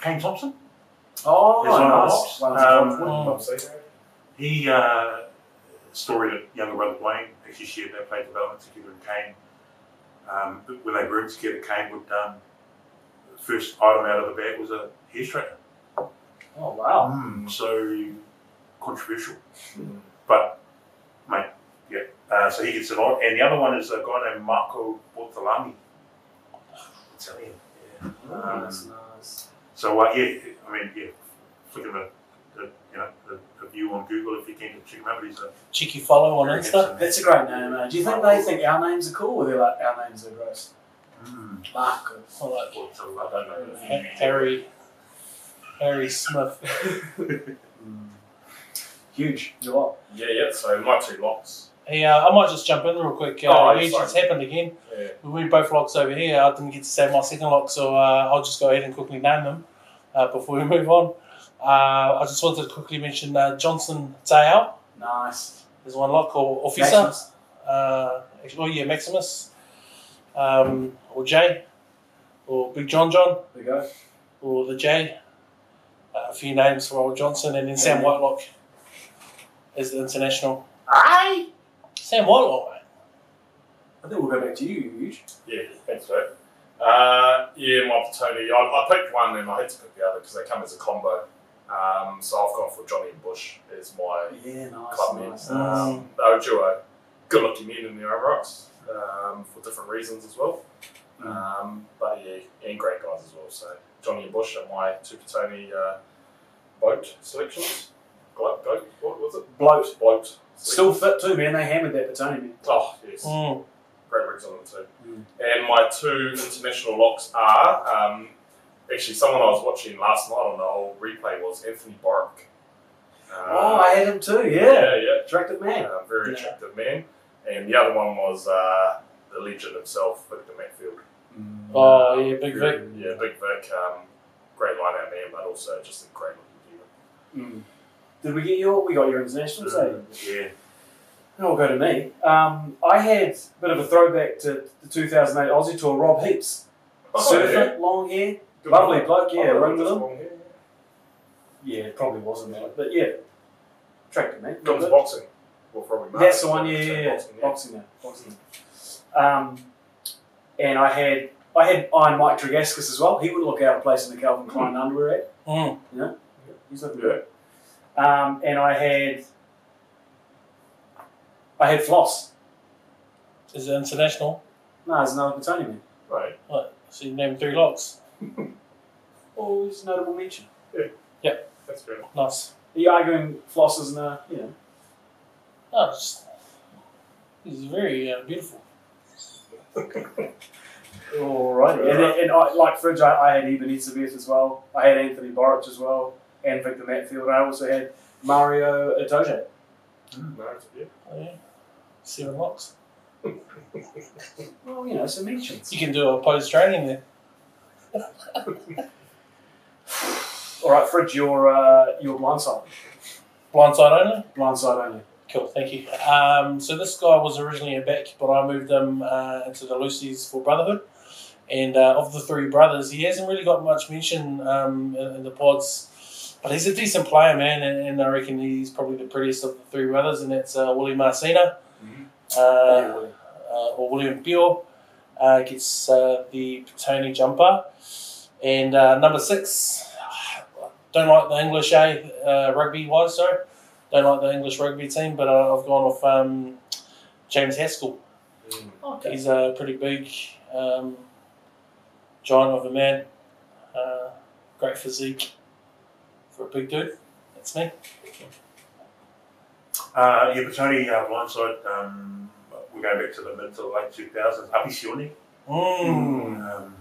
Kane Thompson. Oh, There's one of the nice. props. One of the Um, props. oh. Props, eh? He uh, story that younger brother Blaine actually shared they played development together and Kane um, when they roomed together Kane would um, the first item out of the bag was a hair straightener. Oh, wow. So controversial. Mm. But mate, yeah. Uh, so he gets it on. And the other one is a guy named Marco Bortolami. Italian. Yeah. Oh, that's nice. So uh, yeah, I mean yeah, flick him a, a you know a, a view on Google if you can check him out. But he's a cheeky follow on very Insta. handsome man. That's a great name, eh? Do you think they think our names are cool or they're like, our names are gross? Hmm. Mm. Marco. I like Well, it's a lot, I don't know. Ha- Harry, Harry Smith. Huge. You're up. Yeah, yeah. So my two locks. Hey, uh, I might just jump in real quick. Uh, Oh, it's sorry. it's happened again. Yeah. We both locks over here. I didn't get to say my second lock, so uh, I'll just go ahead and quickly name them uh, before we move on. Uh, I just wanted to quickly mention uh, Johnson Tao. Nice. There's one lock or officer. Maximus. uh, oh yeah, Maximus, um, or Jay, or Big John John, There we go. or the Jay. Uh, a few names for old Johnson, and then Sam Whitelock is the international. Aye. Sam Whitelock, mate. I think we'll go back to you, Huge. Yeah, thanks, mate. Uh, yeah, my Tony. I, I picked one and I had to pick the other because they come as a combo. Um, so I've gone for Johnny and Bush as my Yeah, nice. club men. nice. Um, they were duo, good looking men in their own rights um, for different reasons as well. Um, but yeah, and great guys as well. So Johnny and Bush are my two Tony uh, boat selections. Gloat, goat, what was it? Bloat. Bloat. Still fit too, man. They hammered that Batoni, man. Oh, yes. Mm. Great rigs on them too. Hmm. And my two international locks are um, actually someone I was watching last night on the old replay was Anthony Borick. Uh, oh, I had him too, yeah. yeah, yeah. Attractive man. Uh, very Yeah. attractive man. And the other one was uh, the legend himself, Victor Matfield. Oh yeah, Big Vic. Hmm. Yeah, Big Vic, um, great line out man, but also just a great looking human. Mm. Did we get your? We got your internationals, Mm. eh? Yeah. Now we'll go to me. Um, I had a bit of a throwback to the 2008 Aussie tour, Rob Heaps. Surfer, long hair. Lovely bloke, Oh, yeah. Run with him. Yeah, it probably wasn't that, but yeah. Attractive man. Comes boxing. Well, probably Mark. That's the one, yeah, yeah, Boxing, yeah. Boxing, now. Boxing. Um, and I had I had Iron Mike Tregaskis as well. He would look out of place in the Calvin Klein underwear ad. Mm. He's looking Yeah. good. Um, and I had I had Floss. Is it international? No, there's another Petoni man. Right. What? So you named three locks. Always notable mention. That's fair enough. Nice. Are you arguing Floss isn't a you know No, Oh, it's just, he's very uh, beautiful. Alright. Sure. And, then- and I, like Fridge, I, I had Eben Etzebeth as well. I had Anthony Boric as well, and Victor Matfield. I also had Mario Itoje. No, it's- yeah. Oh, yeah. Seven locks. Well, you know, some mentions. You can do opposed training there. All right, Fridge, your uh, your blindside, Blindside only? blindside only. Cool, thank you. Um, so this guy was originally a back, but I moved him uh, into the Lucy's for Brotherhood. And uh, of the three brothers, he hasn't really got much mention um, in, in the pods, but he's a decent player, man, and, and I reckon he's probably the prettiest of the three brothers, and that's uh, Willie Marcina. Uh, uh, or William Peel uh, gets uh, the Petone jumper. And uh, number six, don't like the English, eh? Uh, rugby wise, sorry. Don't like the English rugby team, but uh, I've gone off um, James Haskell. okay. He's a pretty big um, giant of a man. Uh, great physique for a big dude. That's me. Uh, yeah, but Tony uh, Blindside, um, we're going back to the mid to the late 2000s. Api Sione. Mm. Um,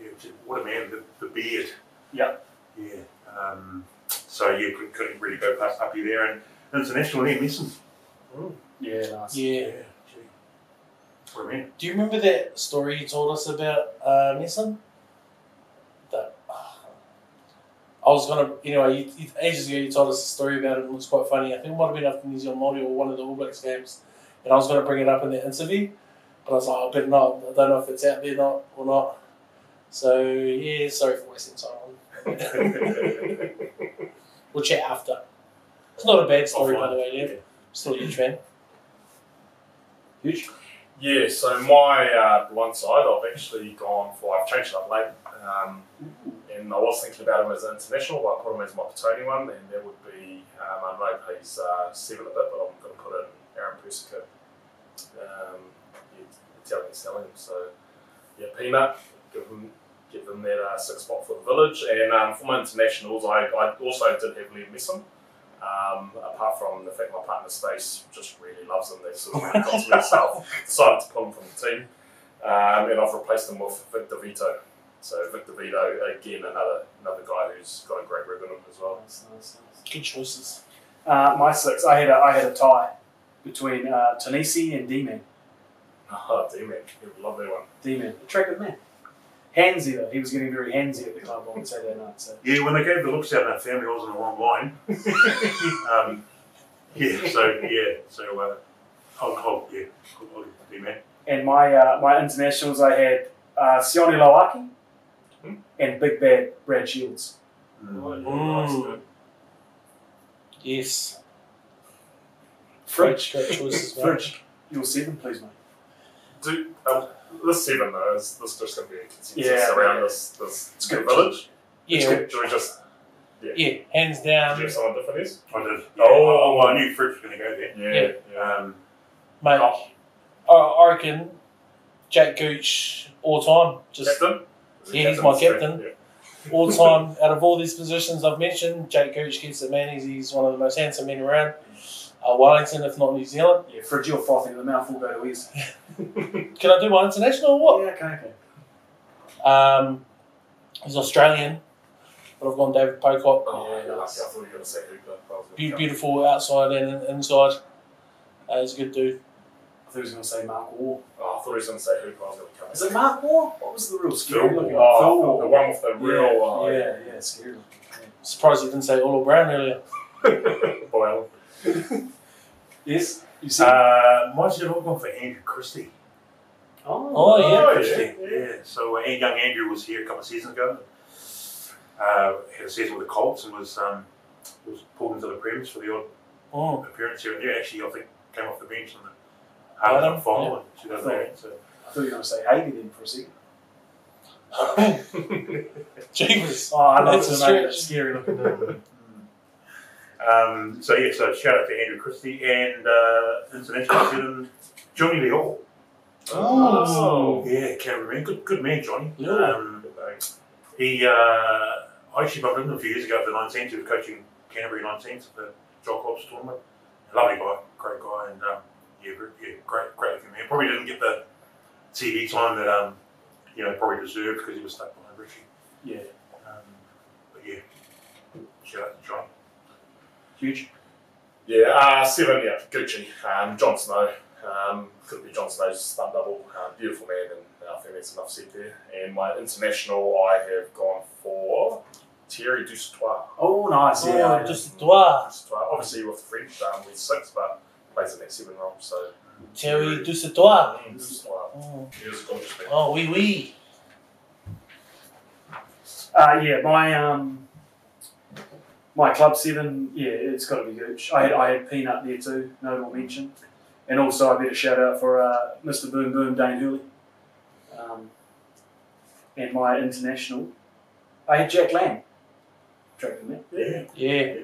yeah, gee, what a man, the, the beard. Yeah. Yeah. Um, so you yeah, couldn't- couldn't really go past Uppy there. And international Liam Neeson. Yeah, nice. Yeah. gee. What a man. Do you remember that story you told us about uh, Nesson? That ah. I was gonna. Anyway, you, you, ages ago you told us a story about it. and It was quite funny. I think it might have been after New Zealand Māori or one of the All Blacks games, and I was gonna bring it up in the interview, but I was like, I better not. I don't know if it's out there not or not. So yeah, sorry for wasting time. we'll chat after. It's not a bad story, by the way, Lev. Still a huge fan. Huge. Yeah, so my uh, blind side, I've actually gone for, I've changed it up late, um, and I was thinking about him as international, but I put him as my Petoni one, and that would be, um, I know he's uh, seven a bit, but I'm going to put in Aaron Persica, um, yeah, Italian selling, so yeah, Peanut, give him, give him that uh, six spot for the village, and um, for my internationals, I, I also did have Liam Messon. Um, apart from the fact my partner Stace just really loves him, that's sort of when it got to himself decided to pull him from the team, um, and I've replaced him with Victor Vito. So Victor Vito, again, another another guy who's got a great rib in him as well. Nice, Oh, nice, nice. Good choices. Uh, my six, I had a, I had a tie between uh, Tanisi and D-Man. Oh, damn man, you love that one. D-Man, attractive man. Handsy though, he was getting very handsy at the club on Saturday night. So Yeah, when they gave the looks out in our family, I was in the wrong line. um, yeah, so, yeah, so, uh, I'll, I'll, yeah, I'll, I'll be man. and my uh, my internationals, I had uh, Sione Lawaki Hmm. and Big Bad Brad Shields. Mm. Mm. Yes. Fridge, Great choices, man. Fridge, your seven, please, mate. Do um, this seven though is this just going to be a consensus Yeah. around this this It's good. village? Yeah, Um, Do we just yeah, hands do you down, have someone different is? I did. Oh, Oh. I, I knew Fritz was going to go there. Yeah. yeah. Um, mate. I, I reckon Jack Gooch all time, just captain. Is he Yeah, he's my Sorry, captain. yeah. all time. Out of all these positions I've mentioned, Jack Gooch gets it, man. He's, he's one of the most handsome men around. Uh, Wellington, if not New Zealand. Yeah, Fridge, you're frothing at the mouth. We'll go to his. Can I do my international or what? Yeah, okay, okay. Um, he's Australian, but I've gone David Pocock. Oh, yeah, lucky. I thought you were going to say Hooper. I was gonna Be- go. beautiful outside and inside. Uh, he's a good dude. I thought he was going to say Mark War. Oh, I thought he was going to say Hooper. I was going to come. Is it Mark War? What was the real scary Phil looking? Oh, the one with the Yeah, real eye. yeah, yeah, scary looking. yeah. Surprised you didn't say Ola Brown earlier. Well, Yes, you see. uh, mine's another one for Andrew Christie. Oh, yeah. Oh, Christie, yeah, yeah. So uh, and young Andrew was here a couple of seasons ago. Uh, had a season with the Colts and was um, was pulled into the Premiers for the odd Mm. appearance here and there. Actually, I think came off the bench in the Hard Adam, Cup final in 2008. So I thought you were going to say Hager then for a second. Jeebus. Oh, I love That's to a know that stretch. scary looking dude. Um, so yeah, so shout out to Andrew Christie and uh, international student Johnny Lee Hall. Oh. Yeah, cameraman, good good man, Johnny. Yeah. Um, he, uh, I actually bumped into him a few years ago at the 19s. He was coaching Canterbury 19s at the Jock Hobbs tournament. Lovely guy, great guy, and um, yeah, gr- yeah, great, great looking man. Probably didn't get the TV time that um, you know probably deserved because he was stuck behind Richie. Yeah, Um, but yeah, shout out to Johnny. huge. Yeah, uh, seven, yeah, Gucci, um, Jon Snow. Um, could be John Stage's stunt double. Um, beautiful man, and I think that's enough said there. And my international, I have gone for Thierry Dussotois. Oh, nice. Oh, Yeah. just Dwa. Dussotois, obviously with French, um, with six, but plays in that seven role. So Terry Ah, Dusatois. um, Dussotois, Oh, he is a gorgeous man. oh, wee wee. Uh, yeah, my um, my club seven. Yeah, it's got to be Gooch. I had I had Peanut there too. Notable mention, and also I better shout out for uh, Mr. Boom Boom Dane Hurley, um, and my international. I had Jack Lang, tracking that. Yeah. Yeah. yeah.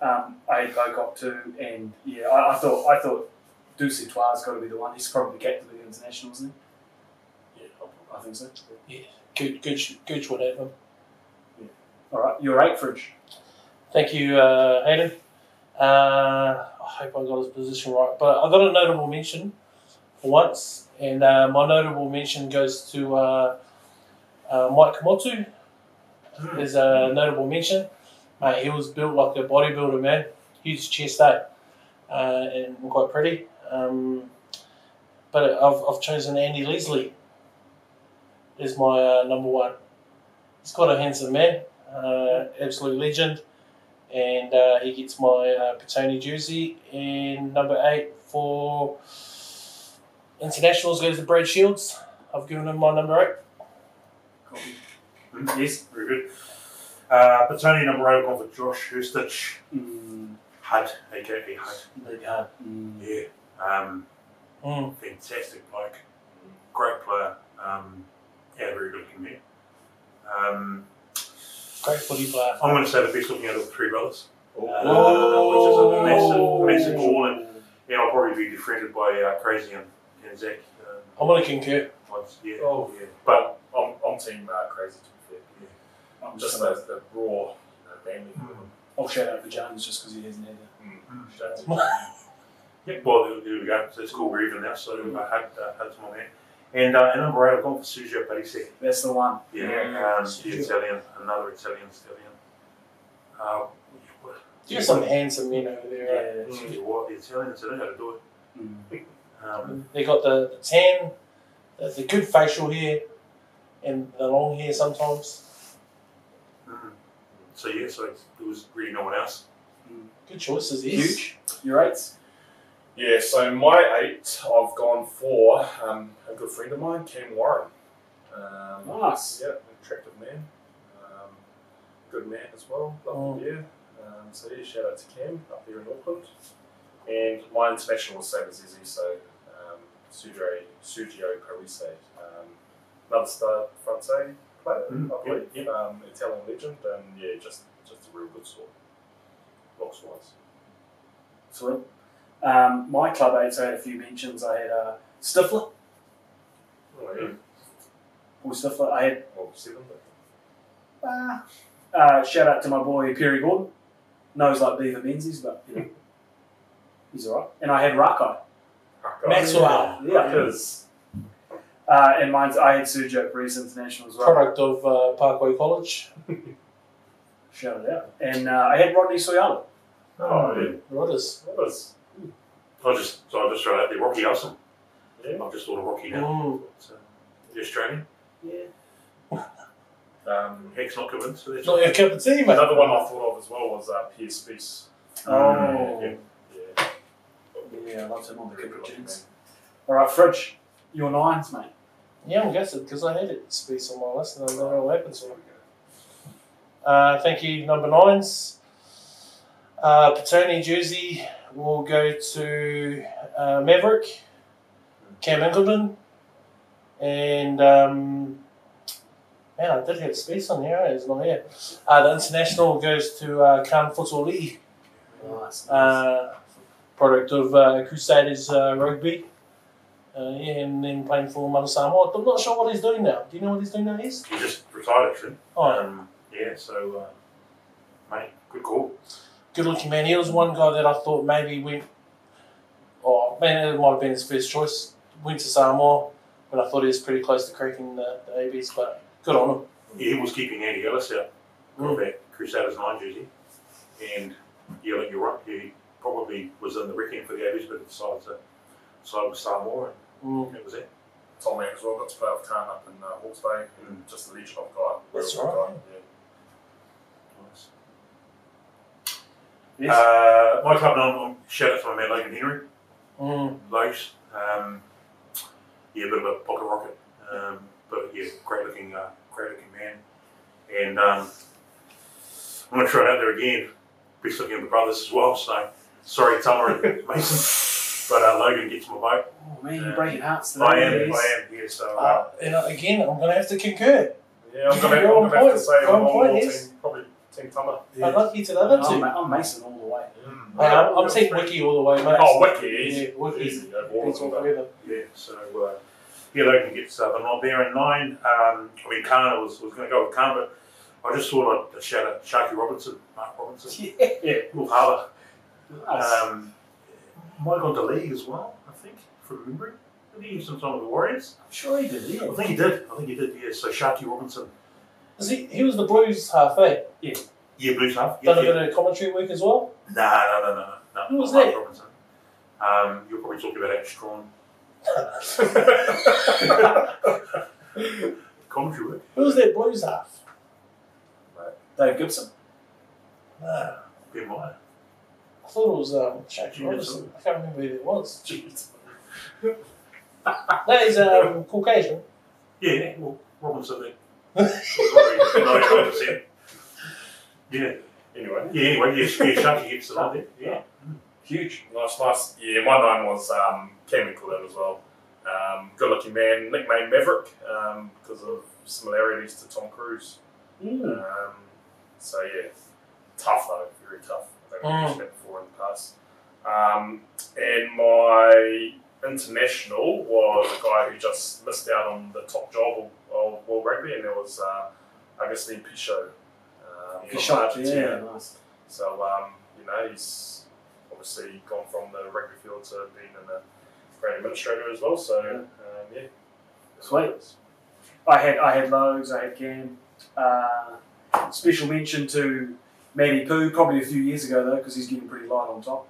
Um, I had Bocock too, and yeah, I, I thought I thought Ducey Twa's got to be the one. He's probably the captain of the international, isn't Yeah, he? I think so. Good, good, good, whatever. All right, you're eight, Fridge. Thank you, uh, Hayden. Uh, I hope I got his position right, but I got a notable mention for once, and uh, my notable mention goes to uh, uh, Mike Komatsu. Is a notable mention. Mate, he was built like a bodybuilder, man. Huge chest, eh? Uh, and quite pretty. Um, but I've, I've chosen Andy Leslie as my uh, number one. He's quite a handsome man, uh, absolute legend and uh, he gets my uh, Petone jersey. And number eight for internationals goes to Brad Shields. I've given him my number eight. Copy. Mm, Yes. Very good. Uh, but Tony number eight, I've gone for Josh Hurstich. Mm, Hud, aka Hud. big hard. Mm. Yeah. Um, Mm. fantastic bloke. Great player. Um, yeah, very good looking man. Um, Great footy player. I'm going to say the best looking out of the three brothers. Oh, Uh, which is a massive, Whoa. massive call. And yeah, I'll probably be befriended by uh, Crazy and, and Zach. Um, I'm going to concur. once, yeah, Oh. yeah. But but I'm, I'm team uh, crazy to be fair. I'm Just just the, gonna, the raw, uh, you know, manly. Hmm. I'll shout out for Jones just because he hasn't had it. That's- yeah, well, there, there we go. So it's cool. We're even now. So I had uh, had some on that. And uh, and number eight, I've gone for Sergio Parisi. That's the one. Yeah, Yeah. um, the Italian, another Italian stallion. Uh, what- You got some handsome men over there. Yeah. Excuse me, what the Italians they don't know how to do it. Mm. Um, Right? They got the, the tan, the, the good facial hair, and the long hair sometimes. mm. So yeah, so it's- there was really no one else. Good choices, yes. Huge. Your eights. Yeah, so my eight, I've gone for um, a good friend of mine, Cam Warren. Um, Nice. yeah, an attractive man, um, good man as well, lovely beer. Um, so yeah, shout out to Cam up there in Auckland. And my international was same as Izzy, so um, Sergio, Sergio Carise, um, another star Francais player, Mm, I believe, yeah, Um, Italian legend, and yeah, just just a real good sort. Box wise. Sweet. Um, my club eights, I had a few mentions. I had uh, Stifler, Oh, yeah. Paul Stifler. I had Well, seven, but uh, uh, shout out to my boy Perry Gordon. Knows like Beaver Menzies, but you know, he's alright. And I had Rakai. Huck Maxwell. Yeah. Because Uh, and mine's I had Sergio Perez International as well. Product of uh, Parkway College. Shout it out. And uh, I had Rodney Soyala. oh, yeah, Rodders. that was I just so I just throw out there Rocky Elson. yeah. I've just thought of Rocky now. Mm. So the Australian. Yeah. Um, Heck's not convinced, so that's It's not your cup of tea, mate. another one I thought of as well was uh, Pierce Speece. Oh. Yeah. Yeah, Yeah, I loved him on the very Cooper good looking Jeans. All right, Fridge, your nines, mate. Yeah, I'm guessing because I had it space on my list and I don't know what happens to man. it. Uh, thank you, number nines. Uh, Patoni Jersey will go to uh, Maverick, Cam Ingleman, and um, man, I did have space on there, it's not here. Uh, the international goes to uh, Khan Futsal League, Nice. uh, product of uh, Crusaders uh, rugby. Uh, yeah, and then playing for Manu Samoa. I'm not sure what he's doing now. Do you know what he's doing now? Is he just retired actually. oh, Um, yeah, so uh, mate, good call. good looking man. He was one guy that I thought maybe went, or man, it might have been his first choice. Went to Samoa, but I thought he was pretty close to cracking the, the ABs. But good on him. He was keeping Andy Ellis out of Mm. that Crusaders nine jersey. And yeah, like you're right, he probably was in the reckoning for the Avies but decided to sided with Samoa, Mm. and that was it. Tom Mack as well got to play off Tarn up in uh, Hawke's Bay, and just a legend of guy. That's Real right. guy, yeah. Nice. Yes. Uh, my club name, um, shout out to my man Logan Henry. Mm. Lowe's. Um, yeah, a bit of a pocket rocket, um, but yeah, great looking, uh, great looking man. And um, I'm going to try it out there again. Best looking of the brothers as well. So sorry, Tamara and Mason, but uh, Logan gets my vote. oh man, you're Yeah. breaking hearts today. I am, Yes. I am. Yeah, so uh, Uh, and uh, again, I'm going to have to concur. Yeah, I'm gonna, I'm You're on gonna have to point. say I'm You're on on point, more yes. team, probably Team Uh, Tummer. Unlucky to the other I'm, two. Ma- I'm Mason all the way. Mm. Uh, I'm, I'm saying Wiki all the way, mate. Oh, Wiki, easy. yeah, Wiki. Easy, no That's balls, all but- together. yeah, so uh, yeah, Logan gets uh, the nod there. And nine, um, I mean, Kana was, was going to go with Kana, but I just thought I'd shout out Sharky Robinson, Mark Robinson, Yeah. Wolf Harbour. Us. Um, might have gone to league as well, I think, from remembering. Did he have some time with the Warriors? I'm sure he did, yeah. I think he did. I think he did, yeah. So Sharky Robinson. Is he, he was the Blues half, eh? Yeah, Blues half. Yeah, Done a yeah. bit of commentary work as well. Nah, no, no, no, no. Who no, was not that? Robinson. Um, you're probably talking about Ashcron. Commentary work. Who was that Blues half? Dave Gibson. Nah, Ben Meyer. I thought it was um, Shaq Yeah, Robinson. I can't remember who that was. That is um, Caucasian. Yeah, yeah, well, Robinson then. Probably 99%. Yeah. Anyway, Yeah, anyway, yes, yeah, Sharky gets the nod there. Yeah. Huge. nice, nice. Yeah, my nine was um, Cameron Coulin as well. Um, good looking man, nicknamed Maverick um, because of similarities to Tom Cruise. Hmm. Um, so yeah, tough though, very tough. I think Mm. we've that before in the past. Um, and my international was a guy who just missed out on the top job of, of world rugby, and that was uh, Augustin Pichot. Um, He from shot, Argentina. yeah, nice. So um, you know, he's obviously gone from the rugby field to being in the great administrator as well. So um, yeah, Sweet. I had I had Logs, I had Cam. Uh, special mention to Matty Pooh, probably a few years ago though, because he's getting pretty light on top.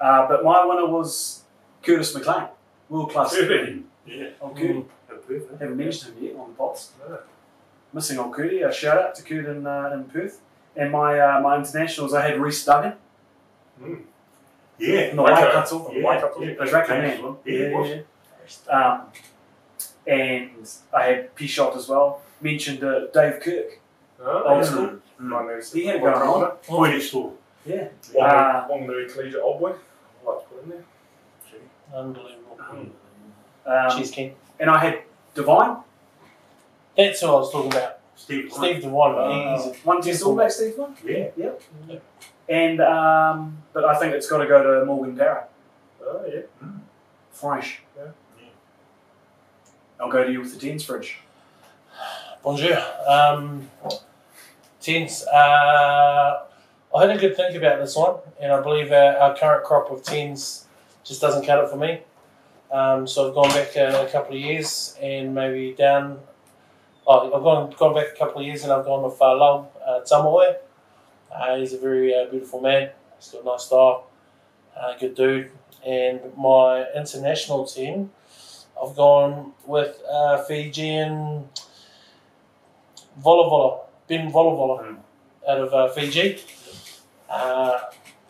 Uh, but my winner was Curtis McLean, world class. Really? Yeah. Old Curdy. Yeah, perfect. Haven't mentioned him yet on the pots. No. Missing old Curdy. A shout out to Curdy in, uh, in Perth. And my uh, my internationals, I had Reese Duggan Mm. Yeah. in the Okay. Waikato. Yeah, Waikato. yeah, That's that's right, right, man. Cameron. Yeah, Yeah, it was. yeah, yeah. Um, and I had P Shot as well. Mentioned uh, Dave Kirk. Oh, Old Mm. yeah. school. Mm. He had it going on. Boy, it's still. Yeah. One, Ah. one new collegiate old boy. I like to put in there. Unbelievable. Um, Cheers, King. and I had Divine. That's who I was talking about. Steve. Steve Devine. Uh, he's one test all back Steve one. Oh. Yeah. And um, but I think it's got to go to Morgan Darrow. Oh yeah. French. Yeah. Yeah. I'll go to you with the tens, French. Bonjour. Um, tens. Uh, I had a good think about this one, and I believe our, our current crop of tens just doesn't cut it for me. Um, so I've gone back a, a couple of years and maybe down. Oh, I've gone gone back a couple of years and I've gone with Falau uh, Tamaoe. Uh, he's a very uh, beautiful man. He's got a nice style. Uh, good dude. And my international team, I've gone with uh, Fijian Vola Vola, Ben Vola Vola Mm. out of uh, Fiji. Uh,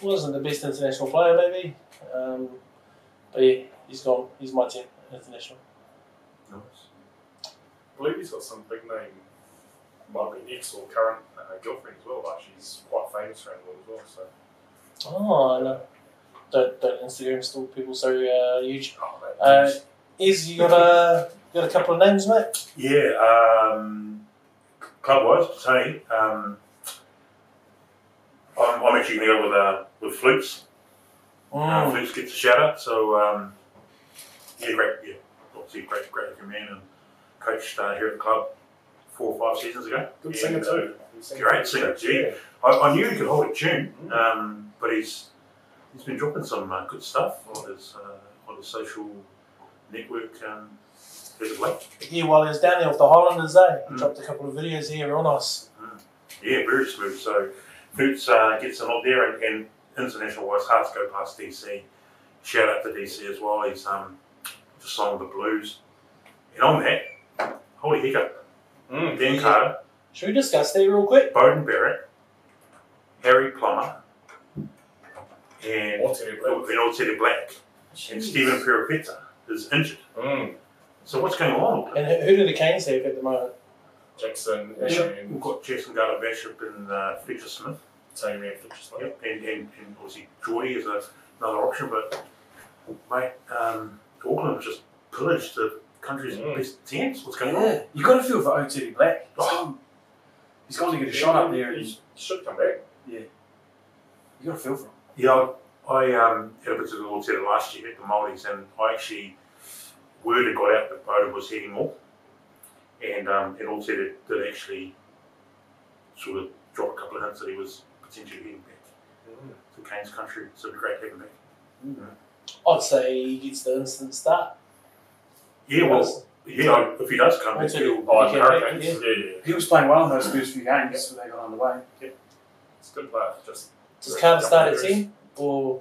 wasn't the best international player, maybe. Um, but yeah, he's gone. He's my team, international. Nice. I believe he's got some big name, might be an ex or current uh, girlfriend as well. Like she's quite famous around the world as well. Oh, I know. Don't, don't Instagram stalk people so uh, huge. So oh, that Uh, Is you got a got a couple of names, mate? Yeah. Um, club wise, Tony. Um, I'm, I'm actually going to go with uh, with Flutes. Oh. Uh, Mm. Flutes gets a shout out. So um, yeah, great. Yeah, obviously great, great looking man and coached uh, here at the club four or five seasons ago. Good And, singer uh, too. Good great singer, gee. Yeah. I, I knew he could hold a tune, Mm. um, but he's he's been dropping some uh, good stuff on his uh, on his social network um, as of late. Yeah, while he was down there with the Highlanders, eh? He Mm. Dropped a couple of videos here, real nice. Yeah, very smooth. So Boots uh, gets a nod there, and, and international wise, Hearts go past DC. Shout out to DC as well. He's um, the song The Blues. And on that, holy hiccup, Mm. Dan Carter, Should we discuss that real quick? Bowden Barrett, Harry Plummer, and Or Terry Black. and all Teddy Black, and Stephen Perapetta is injured. Mm. So what's going on? And who who do the Canes have at the moment? Jackson, Yeah. Ashman, We've got Jason Garner Bishop and uh, Fletcher Smith. Tony Radcliffe just like Yep. And, and, and obviously Geordie is a, another option, but mate, um, Auckland just pillaged the country's Mm. best teams. What's going on? You got to feel for OTD Black. He's gone, he's gone to get a shot up there. And He should come back. you got to feel for him. Yeah, I, I um, had a bit of a little it last year at the Maldives, and I actually word had got out that Bowden was heading off, and um, it all said it did actually sort of drop a couple of hints that he was potentially heading back to Kane's country. So it'd be great having him back. I'd say he gets the instant start. Yeah, well, yeah, I- if he does come, I'd back, say he'll he'll- Oh, Yeah, and Hurricanes. yeah. Yeah, yeah, yeah. He was playing well in those first few games when they got underway. It's a good player. Just Does Carter start at 10? Or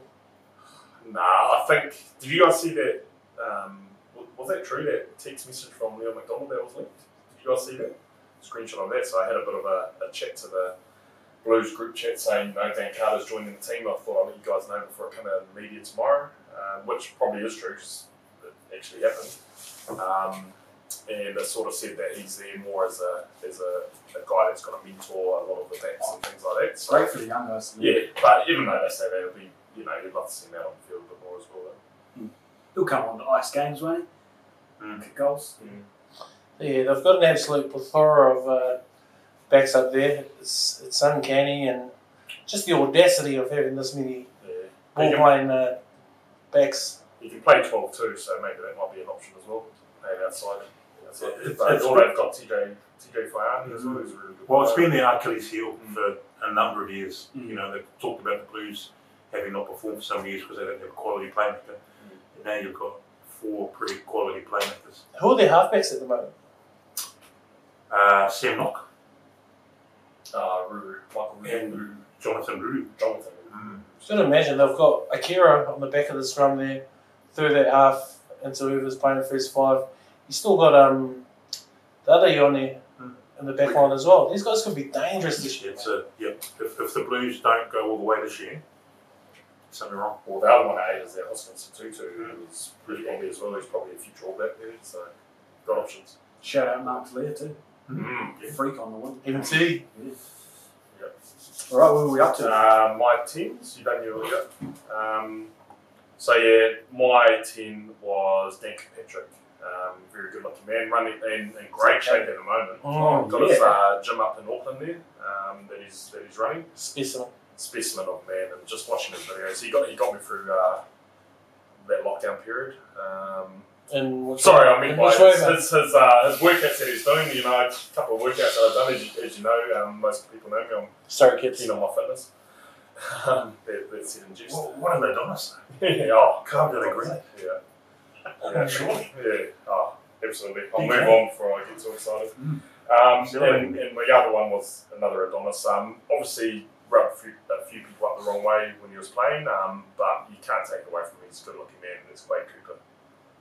Nah, I think. Did you guys see that? Um, wa- was that true? That text message from Neil McDonald that was leaked. Did you guys see that screenshot of that? So I had a bit of a, a chat to the Blues group chat saying, "No, Dan Carter's joining the team." I thought I'll let you guys know before I come out in the media tomorrow, um, which probably is true 'cause it actually happened. Um, and it sort of said that he's there more as a as a, a guy that's going to mentor a lot of the backs and things like that. It's So great for the young guys. yeah, but even though they say they'll be, you know, you'd love to see him out on the field a bit more as well. He'll come on to ice games, won't he? Mm. Kick goals. Yeah, they've got an absolute plethora of uh, backs up there. It's, it's uncanny and just the audacity of having this many Yeah. ball Yeah. playing uh, backs. He can play 12 too, so maybe that might be an option as well. Maybe outside. outside. It's- But it's- all they've got TJ, TJ Fayani as well, who's a really good Well, it's player. been their Achilles heel Mm. for a number of years. Mm. You know, they've talked about the Blues having not performed for some years because they don't have a quality playmaker. And now you've got four pretty quality playmakers. Who are their halfbacks at the moment? Uh, Sam Nock, Uh, Ruru, Michael Ruru, And- Jonathan Ruru. Jonathan. Just gotta imagine they've got Akira on the back of the scrum there, through that half into whoever's playing the first five. He's still got um the other Yoni Hmm. in the back line as well. These guys could be dangerous this year. It's a, yeah, if, if the Blues don't go all the way this year, something wrong. Well, the other one I hate is that Hoskins Tutu, who's really probably as well. He's probably a future all back there, so got options. Shout out Mark Lear too. Hmm. Mm. Yeah. Freak on the wing. Even T. All right, where were we up to? Uh, my tens, you done your yet. Um, so yeah, my ten was Dan Patrick, um, very good looking man, running in, in great shape at the moment. Oh, Got his uh, gym up in Auckland there um, that he's that he's running. specimen. Specimen of man, and just watching his videos, he got he got me through uh, that lockdown period. Um, And which- Sorry, I mean, and like, which his, way, mate? his, his, uh, his workouts that he's doing, you know, a couple of workouts that I've done, as you, as you know, um, most people know me, I'm Sorry, kids. keen on my fitness. Um, that, that's it in jest. What, what are they doing? us? yeah, oh, Carved out a yeah, grenade. yeah, surely. yeah, oh, absolutely. I'll Big move man. on before I get too excited. Mm. Um, Absolutely. and, and my other one was another Adonis. Um, obviously, rubbed a few, a few people up the wrong way when he was playing, um, but you can't take away from him. He's a good looking man, and it's Wade Cooper.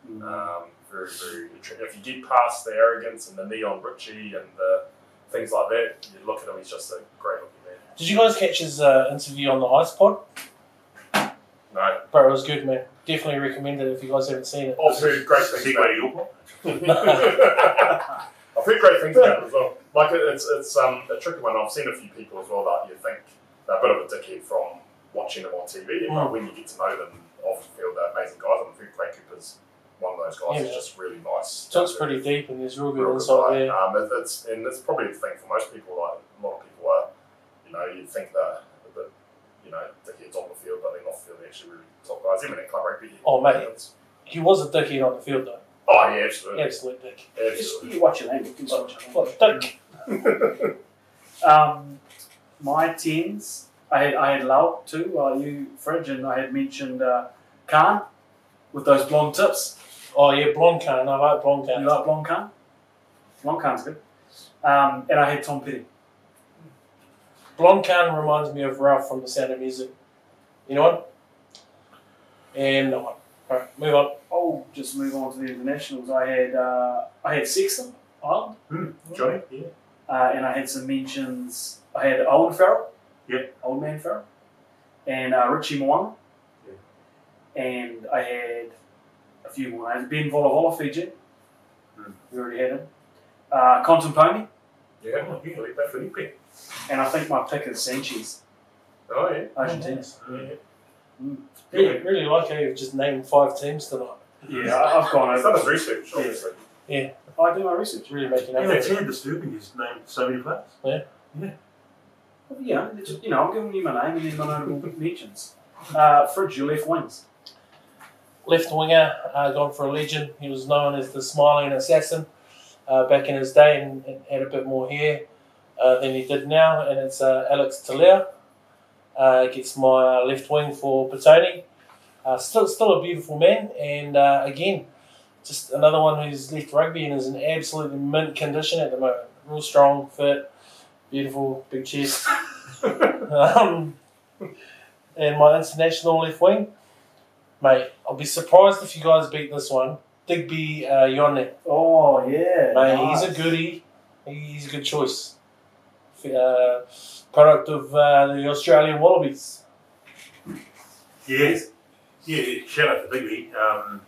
Mm. Hmm. Um, very, very attractive. If you get past the arrogance and the neon Richie and the things like that, you look at him, he's just a great looking man. Did you guys catch his uh, interview on the Ice Pod? No. Bro, it was good, man. Definitely recommend it if you guys haven't seen it. I've heard great things Segue about to your point. I've heard great things about it as well. Like, it- it's, it's um, a tricky one. I've seen a few people as well that you think they're a bit of a dickhead from watching them on TV, but Hmm. when you get to know them off the field, they're amazing guys. And I think Clay Cooper's one of those guys Yeah. who's just really nice. Talks pretty deep and there's real good real insight guy. there. Um, it, it's and it's probably the thing for most people. Like a lot of people are, you know, you think they're a bit, you know, dickheads on the field, but they're not field. They're actually really top guys. Even at club rugby. Oh, mate. it's- He was a dickhead on the field though. Oh yeah, absolutely, Absolute dick. Just absolutely. you watch your name. Just watch your What a dick. Um, my tens, I had I had Lau too, while you fridge, and I had mentioned uh, Khan with those blonde tips. Oh yeah, blonde can. I like blonde can. You like blonde Khan? Blonde Khan's good. Um, and I had Tom Petty. Blonde Khan reminds me of Ralph from The Sound of Music. You know what? And no one. All right, move on. I'll Oh, just move on to the internationals. I had uh, I had Sexton Ireland, Johnny? Yeah. uh, and I had some mentions. I had Owen Farrell, Yep. Old Man Farrell, and uh, Richie Moana, Yeah. and I had a few more. I had Ben Volavola, Fiji. Hmm. We already had him. Uh, Contempomi, Yeah. Oh, yeah, like that Felipe. and I think my pick is Sanchez, Oh, yeah. Argentina. Yeah. Really, really like how you've just named five teams tonight. Yeah, I- I've gone I've over. done his research, obviously. I do my research. It's really making Yeah, it's effort. kind of disturbing he's named so many players. Well, You know, it's- you know, I'm giving you my name and then my notable mentions. Uh, Fridge, your left wings. Left winger, uh, gone for a legend. He was known as the smiling assassin uh, back in his day and, and had a bit more hair uh, than he did now. And it's uh, Alex Talea. Uh, gets my uh, left wing for Petone. Uh, still, still a beautiful man. And uh, again, just another one who's left rugby and is in absolutely mint condition at the moment. Real strong, fit, beautiful, big chest. um, and my international left wing, mate. I'll be surprised if you guys beat this one. Digby uh, Yone, Oh, yeah. mate. He's a goodie. He- He's a good choice. F- Uh, product of uh, the Australian Wallabies. Yes. Yeah, shout out to Digby. Um,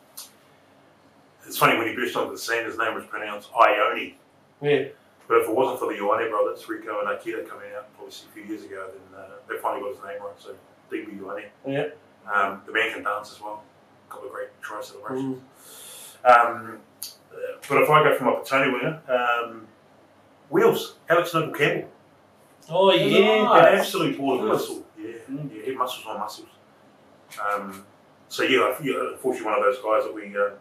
it's funny when he burst onto the scene, his name was pronounced Ione. Yeah, But if it wasn't for the Ione brothers, Rico and Akita coming out obviously a few years ago, then uh, they finally got his name right. So Digby Ione. Yeah. Um, the man can dance as well. Got a great try celebration. Mm. Um, uh, but if I go for my Petone winger, um, Wheels, Alex Noble Campbell. Oh yeah. Nice. An absolute ball of Nice. muscle. Yeah, Mm. yeah, he muscles on muscles. Um, so yeah, I- yeah, unfortunately, one of those guys that we uh,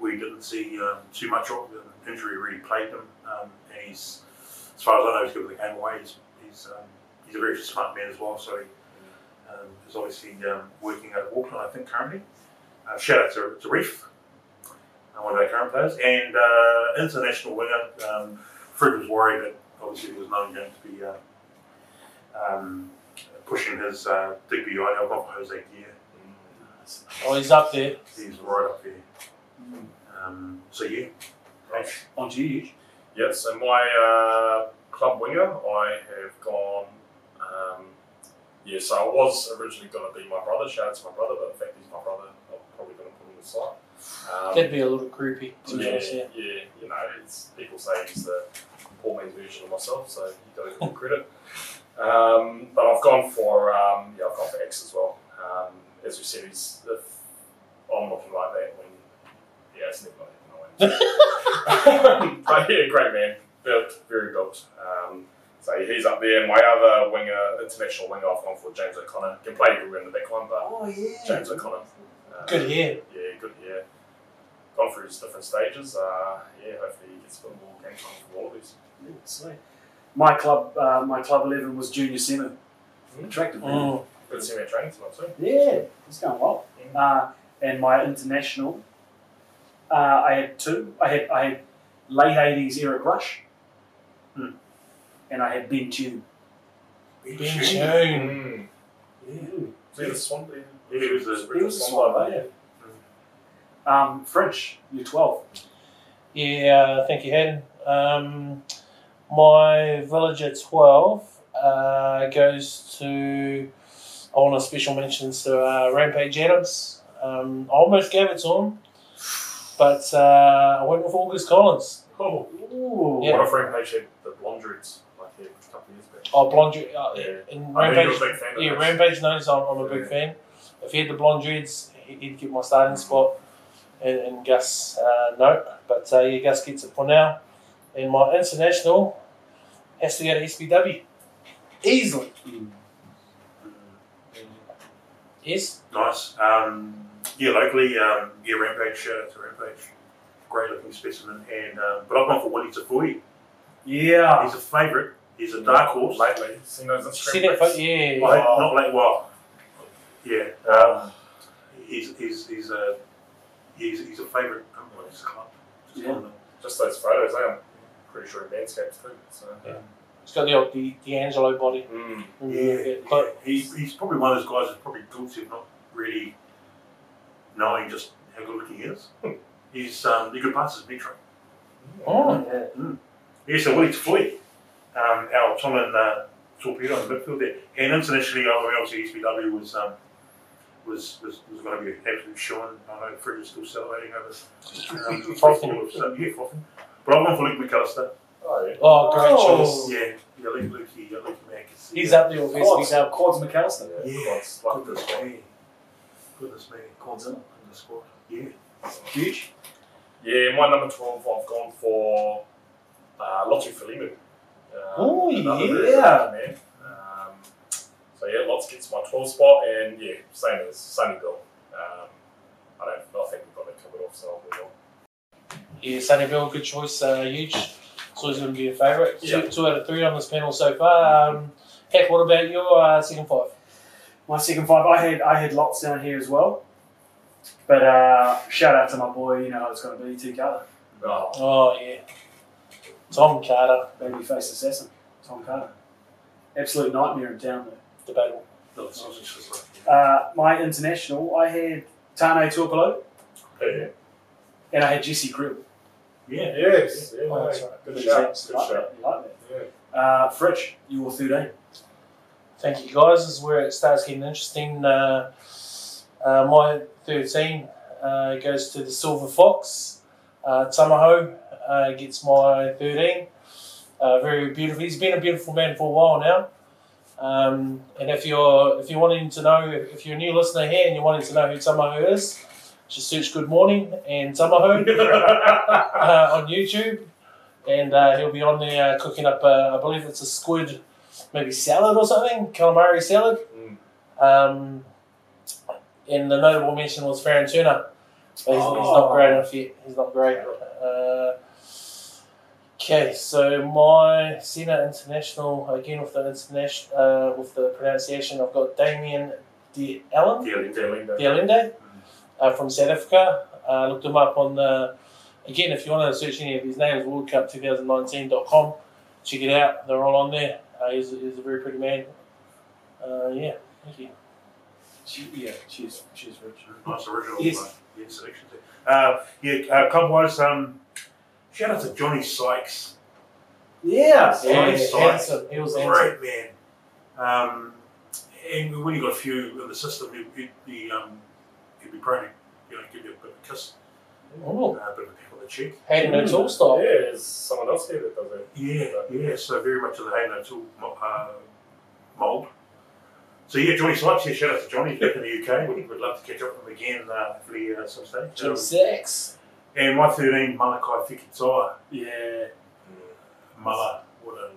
we didn't see um, too much of. The injury really plagued him, um, and he's as far as I know, he's given the game away. He's he's, um, he's a very smart man as well. So he um, is obviously um, working out of Auckland, I think, currently. Uh, shout out to, to Reef, uh, one of our current players, and uh, international winger. Um, Fred was worried that obviously he was known going to be. Uh, um, pushing his uh, Digby Ione. I've got Jose Gear. Oh, he's up there. He's right up there. Mm. Um, so yeah, On to you. Yeah, so my uh, club winger, I have gone. Um, yeah, so I was originally going to be my brother. Shout out to my brother, but in fact, he's my brother. I'm probably going to put him aside. Um, That'd be a little creepy. To be yeah, honest, yeah. yeah, you know, it's people say he's the poor man's version of myself, so you gotta give him credit. Um, but I've gone for um, yeah, I've gone for X as well. Um, as we said, he's if I'm looking like that when yeah, it's never gonna happen. I won't. but yeah, great man, built very built. Um, so he's up there. My other winger, international winger, I've gone for James O'Connor. Can play everywhere in the back line, but Oh, yeah. James O'Connor. uh, Good hair. yeah, good. Yeah, gone through his different stages. Uh, yeah, hopefully he gets a bit more game time for all of these. Sweet. My club, uh, my club 11 was Junior Seaman. Mm. Attractive, man. Mm. Good semi training tonight, so Yeah, it's going well. Uh, and my international, uh, I had two. I had I had late 80s Eric Rush, Hmm. Mm. and I had Ben Tune. Ben June. Mm. Yeah, So yeah, the Swan. Yeah, Yeah, he was a- He was a swab, eh? Um, French, year 12. Yeah, thank you, Hayden. Um, my villager 12 uh, goes to, I want a special mentions to uh, Rampage Adams. Um, I almost gave it to him, but uh, I went with August Collins. Oh, Ooh. Yeah. what a frame page had the blonde dudes like yeah, a couple of years back. Oh, blonde dread. Uh, Yeah. in I know you're Rampage, a big fan of yeah, this. Rampage knows I'm, I'm a big Yeah. fan. If he had the blonde dreads, he- he'd get my starting spot, and, and Gus uh, no. But uh, yeah, Gus gets it for now. And my international has to go to SBW easily. Mm. Yes, Mm, nice. Um, yeah, locally, um, yeah, Rampage. Shout out to Rampage. Great looking specimen. And um, but I've gone for Willie Tafui. Yeah. He's a favourite. He's a dark horse. Lately, seen those Instagram see that pics? photo? Yeah, Well, not late. Well, yeah. Um, he's, he's he's a he's, he's a favourite. Um, well, he's a club. Just Yeah. one of them. Just those photos. eh? I'm pretty sure he manscapes too. So. it's got the old Di- D'Angelo body. Mm. Yeah, but he, he's probably one of those guys that's probably guilty of not really knowing just how good looking he is. He's um, he could pass his metro. Oh, Yeah, so Willie Tafui, um, our Tom and uh, torpedo in midfield there, and internationally, I mean, obviously SBW was um, was was, was going to be an absolute shine. I know Fred is still celebrating over um, Frothing. So, yeah, frothing. But I'm on for Luke McAllister. Oh, yeah. oh great Oh. choice. Yeah, yeah, Luke, Luke, yeah, Luke Mac. is- He's up there with Quads, He's up. quads McAllister. Yeah, Quads, like goodness this one. me, goodness me, Quads in it. in the squad. Yeah, Huge. Yeah, my number 12, I've gone for uh, Lotto Filimu. Oh, yeah. Man. Um, so, yeah, Lotto gets my 12 spot, and yeah, same as Sunny Bill. Um, I don't I think we've got it covered off, so I'll move on. Yeah, Sunny Bill, good choice. Uh, huge. It's always going to be a favourite. Two, Yeah. two out of three on this panel so far. Um, Heck, what about your uh, second five? My second five, I had I had lots down here as well. But uh, shout out to my boy, you know how it's going to be, T Carter, Oh, Oh, yeah. Tom Carter, babyface assassin, Tom Carter. Absolute nightmare in town though. debatable. no, it's not just like Uh, my international, I had Tane Tuopolo uh, yeah. and I had Jesse Grill. yeah. Yes. Yeah, Oh, no, that's right. Good shout. Good like shout. that. you like that. Yeah. Uh, Fritsch, you were third, eh? Thank you, guys. This is where it starts getting interesting. Uh, uh, my 13 uh, goes to the Silver Fox. Uh, Tamaho uh, gets my 13. Uh, very beautiful. He's been a beautiful man for a while now. Um, and if you're if you're wanting to know if you're a new listener here and you're wanting to know who Tamaho is, just search "Good Morning" and Tamaho uh, on YouTube, and uh, he'll be on there uh, cooking up. Uh, I believe it's a squid, maybe salad or something, calamari salad. Mm. Um, and the notable mention was Farron Turner. But he's, he's Oh. not great enough yet. He's not great. Uh, okay, so my Senna International again with the international uh, with the pronunciation. I've got Damien De Allen. Yeah, yeah, Yeah, Linda. Dialinde uh, from South Africa. Uh, looked him up on the, again, if you want to search any of his names, worldcup2019.com. Check it out, they're all on there. Uh, he's, he's a very pretty man. Uh, yeah, thank you. She, yeah, she's she's Fritsch. Nice original Yes. uh, yeah, selection there. Uh, yeah, uh, club wise, um, shout out to Johnny Sykes. Yeah. Yeah, Nice side. handsome. He was handsome. Great man. Um, and when you got a few in the system, you would be um, you'd be prone to you know give you a bit of a kiss, uh, Ooh, a bit of a peck on the cheek. had no Mm. tool style. Yeah, there's someone else here that does it. Yeah, yeah. So very much of the Hayden O'Toole mo- uh, mould. So yeah, Johnny Sykes. Yeah, shout out to Johnny back in the UK. We'd, we'd love to catch up with him again uh, hopefully uh, some stage. Jim Um, Sachs. and my thirteen, Malachi Fikitoa. Yeah. Muller would have.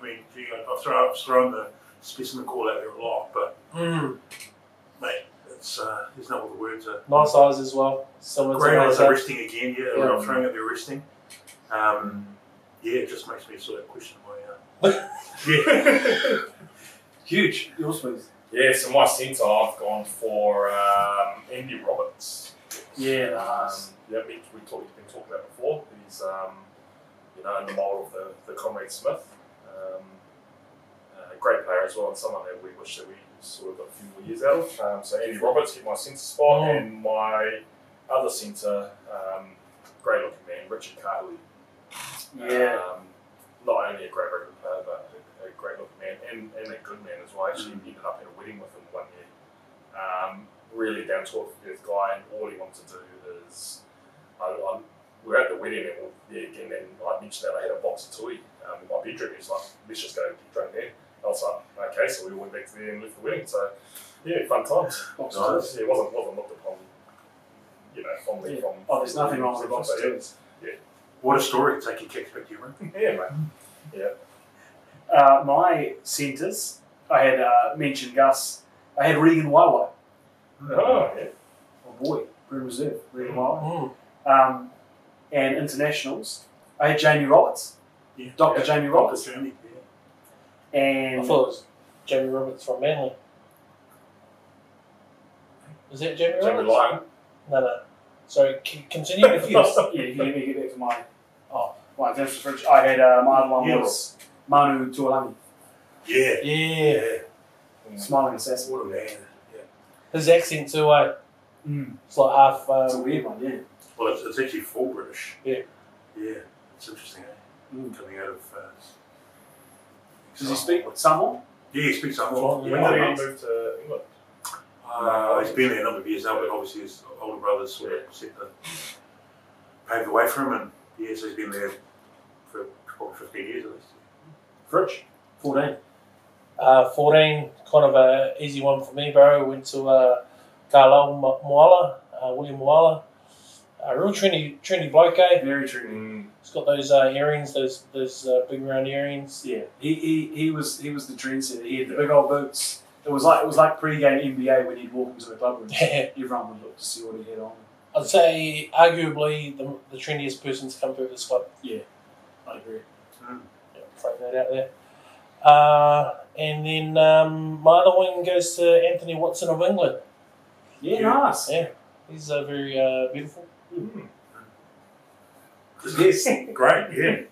I mean, gee, I- I've thrown, I've thrown the specimen call out there a lot, but Mm, mate, it's uh, there's no other words. are. nice eyes as well. Similar to Greyhounds Nathan. arresting again, yeah, Yeah. I'm throwing out the arresting. Um, yeah, it just makes me sort of question my. Uh, yeah. Huge. Yours please. Yeah, so my centre, I've gone for um, Andy Roberts. Yeah, Um, nice. yeah, we, we talked, been talking about before. He's, um, you know, in the mould of the, the Comrade Smith. Um, uh, a great player as well, and someone that we wish that we sort of got a few more years out of. Um, so Andy Roberts hit my centre spot, Oh. and my other centre, um, great looking man, Richard Cartley. Yeah. Um, not only a great rugby player, but a, a great looking man and, and a good man as well. Actually, Mm. ended up at a wedding with him one year. Um, really down to earth guy, and all he wanted to do is. I, I, we were at the wedding, and we, yeah, again, and I mentioned that I had a box of toy um, in my bedroom. He's like, let's just go and get drunk there. I was like, okay, so we went back to there and left the wedding. So, yeah, fun times. Box So, tours. yeah, it wasn't, wasn't looked upon, you know, fondly Yeah. from. Oh, there's nothing wrong with box But, yeah, tours. what a story, taking kicks back to your room. Yeah, mate. Uh, my centres, I had uh, mentioned Gus. I had Regan Wawa. Oh, yeah. Oh boy, Green Reserve, Regan Mm. Wawa. Um, and internationals, I had Jamie Roberts, Yeah. Dr. Yeah. Jamie Rock the Roberts, journey. I and thought it was Jamie Roberts from Manly. Is that Jamie Roberts? Jamie Lyon. No, no. Sorry, c- continue with yours. yeah, if you let me get back to my Oh. my international fridge. I had uh, my other one Yeah. was Manu Tuolangi, Yeah. Yeah, Yeah. smiling assassin. What a man. his accent too, eh? Mm. It's like half. It's a Um, weird one, yeah. Well, it's, it's actually full British. Yeah. Yeah, it's interesting. Eh? Mm. Coming out of. Uh, Does he speak Samoan? Yeah, he speaks some Well, When did yeah. Yeah. he move to England? Uh, he's been there a number of years now, but obviously his older brothers sort of set the, paved the way for him, and yeah, so he's been there for probably 15 years at least. Fridge. 14. uh, 14, kind of a easy one for me, bro. Went to uh, Carlisle Mo- Moala, uh, William Moala. A real trendy, trendy bloke, eh? Very true. He's got those uh, earrings, those those uh, big round earrings. Yeah. He, he he was he was the trendsetter. He had the big old boots. It was like it was like pre-game NBA when he'd walk into a club room. Yeah. Everyone would look to see what he had on. I'd say arguably the, the trendiest person to come through this club. I agree. Yeah, throw that out there. Uh, and then um, my other one goes to Anthony Watson of England. Yeah, Yeah. nice. Yeah. He's uh, very uh, beautiful. Yes. Great, yeah.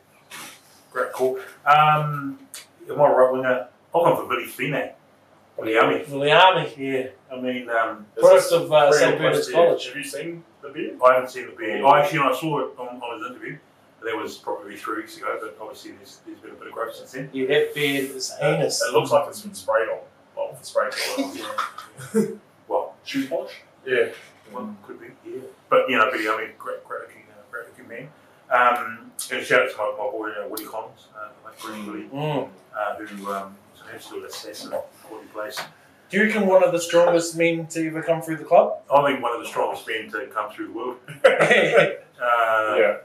Great call. Um, my right winger, I'll go for Billy Fine. Billy Army. Viliami, Yeah, I mean, um, Is product this of uh, real St. Bernard's West End? College. Have you seen the beard? I haven't seen the beard. I actually, I saw it on, on his interview. and That was probably three weeks ago, but obviously there's, there's been a bit of growth since then. Yeah, that beard is heinous. It, it looks like it's been sprayed on. Well, with spray colour on. Well, shoe polish. yeah. Uh, Well, could be, yeah. But you know, Billy, I mean, great, great looking, uh, great looking man. Um, and a shout out to my, my boy uh, Woody Collins, uh, like Green Woody, Mm. uh, who um, was an absolute assassin at Woody Place. Do you reckon one of the strongest men to ever come through the club? I think one of the strongest men to come through the world. yeah, Uh, Yeah.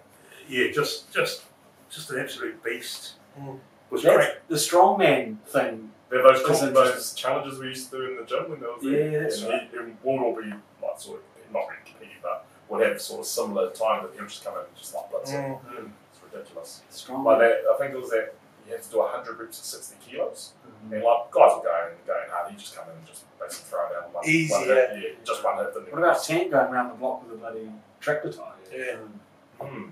yeah, just, just, just an absolute beast. Mm. Was That's great. the strongman thing. They're those, That's com- interesting. those challenges we used to do in the gym when there was Yeah, that's and he, it would all be like sort of not really competing, but would have sort of similar time that he would just come in and just like blitz it. Mm. It's ridiculous. Like Strongman. that, I think it was that you have to do hundred reps of sixty kilos, Mm. and like guys were going going hard. He just come in and just basically throw down one, Easy, one hit, yeah. just one hit. What about Tant going round the block with a bloody tractor tyre? Mm.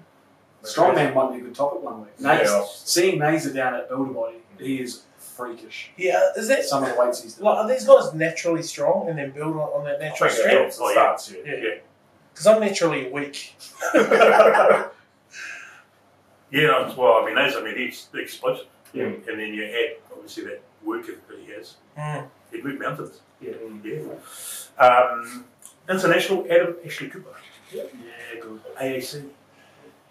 Strongman might be a good topic one week. Nays, Yeah. Seeing Nazer down at Builderbody, he is freakish. yeah, is that Some of the weights he's done. like are these guys naturally strong and then build on, on that I natural think it strength? helps the starts, yeah. Because I'm naturally weak. Yeah, no, it's- well, I mean, those, I mean, he's explosive. Yeah. And then you add, obviously, that work ethic that he has. Mm. He'd move mountains. Yeah. yeah. Um, international Adam Ashley Cooper, Yeah, good. AAC.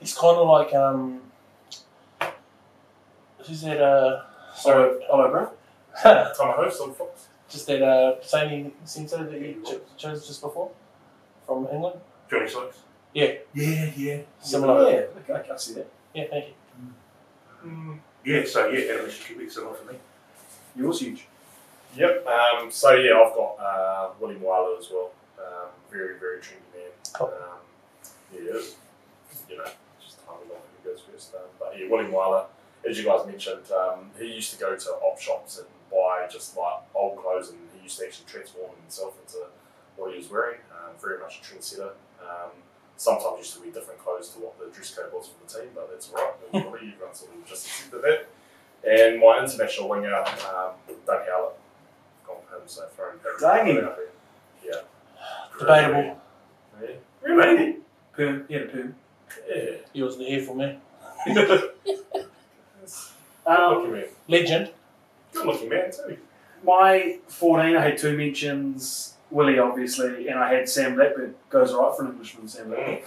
He's kind of like um, who's that? Uh, sorry, Hello, hello, bro. Tom Host on Fox. just that uh, Sony Sento that you cho- chose just before from England. Johnny Sykes. Yeah. Yeah, yeah. Similar. Yeah, okay, I can see that. Yeah, thank you. Mm, Yeah, so yeah, Adam Ashley Cooper, similar for me. Yours huge. Yep. Um, so yeah, I've got uh, William Wyler as well. Um, very very trendy man. Cool. Um, he is. You know, just timing on who goes first. Um, but yeah, William Wyler, as you guys mentioned, um, he used to go to op shops and buy just like old clothes, and he used to actually transform himself into what he was wearing. Um, very much a trendsetter. Um, sometimes used to wear different clothes to what the dress code was for the team, but that's all right. Everybody, everyone sort of just accepted that. And my international winger, um, Doug Howlett. Gone for him, so throwing him Dang it. out there. Debatable. Yeah. Really? Perm, he had a perm. Yeah. He was the hair for me. Good Um, looking man. Legend. Good looking man too. my 14, I had two mentions. Willie, obviously, and I had Sam Blackburn. Goes all right for an Englishman, Sam Blackburn.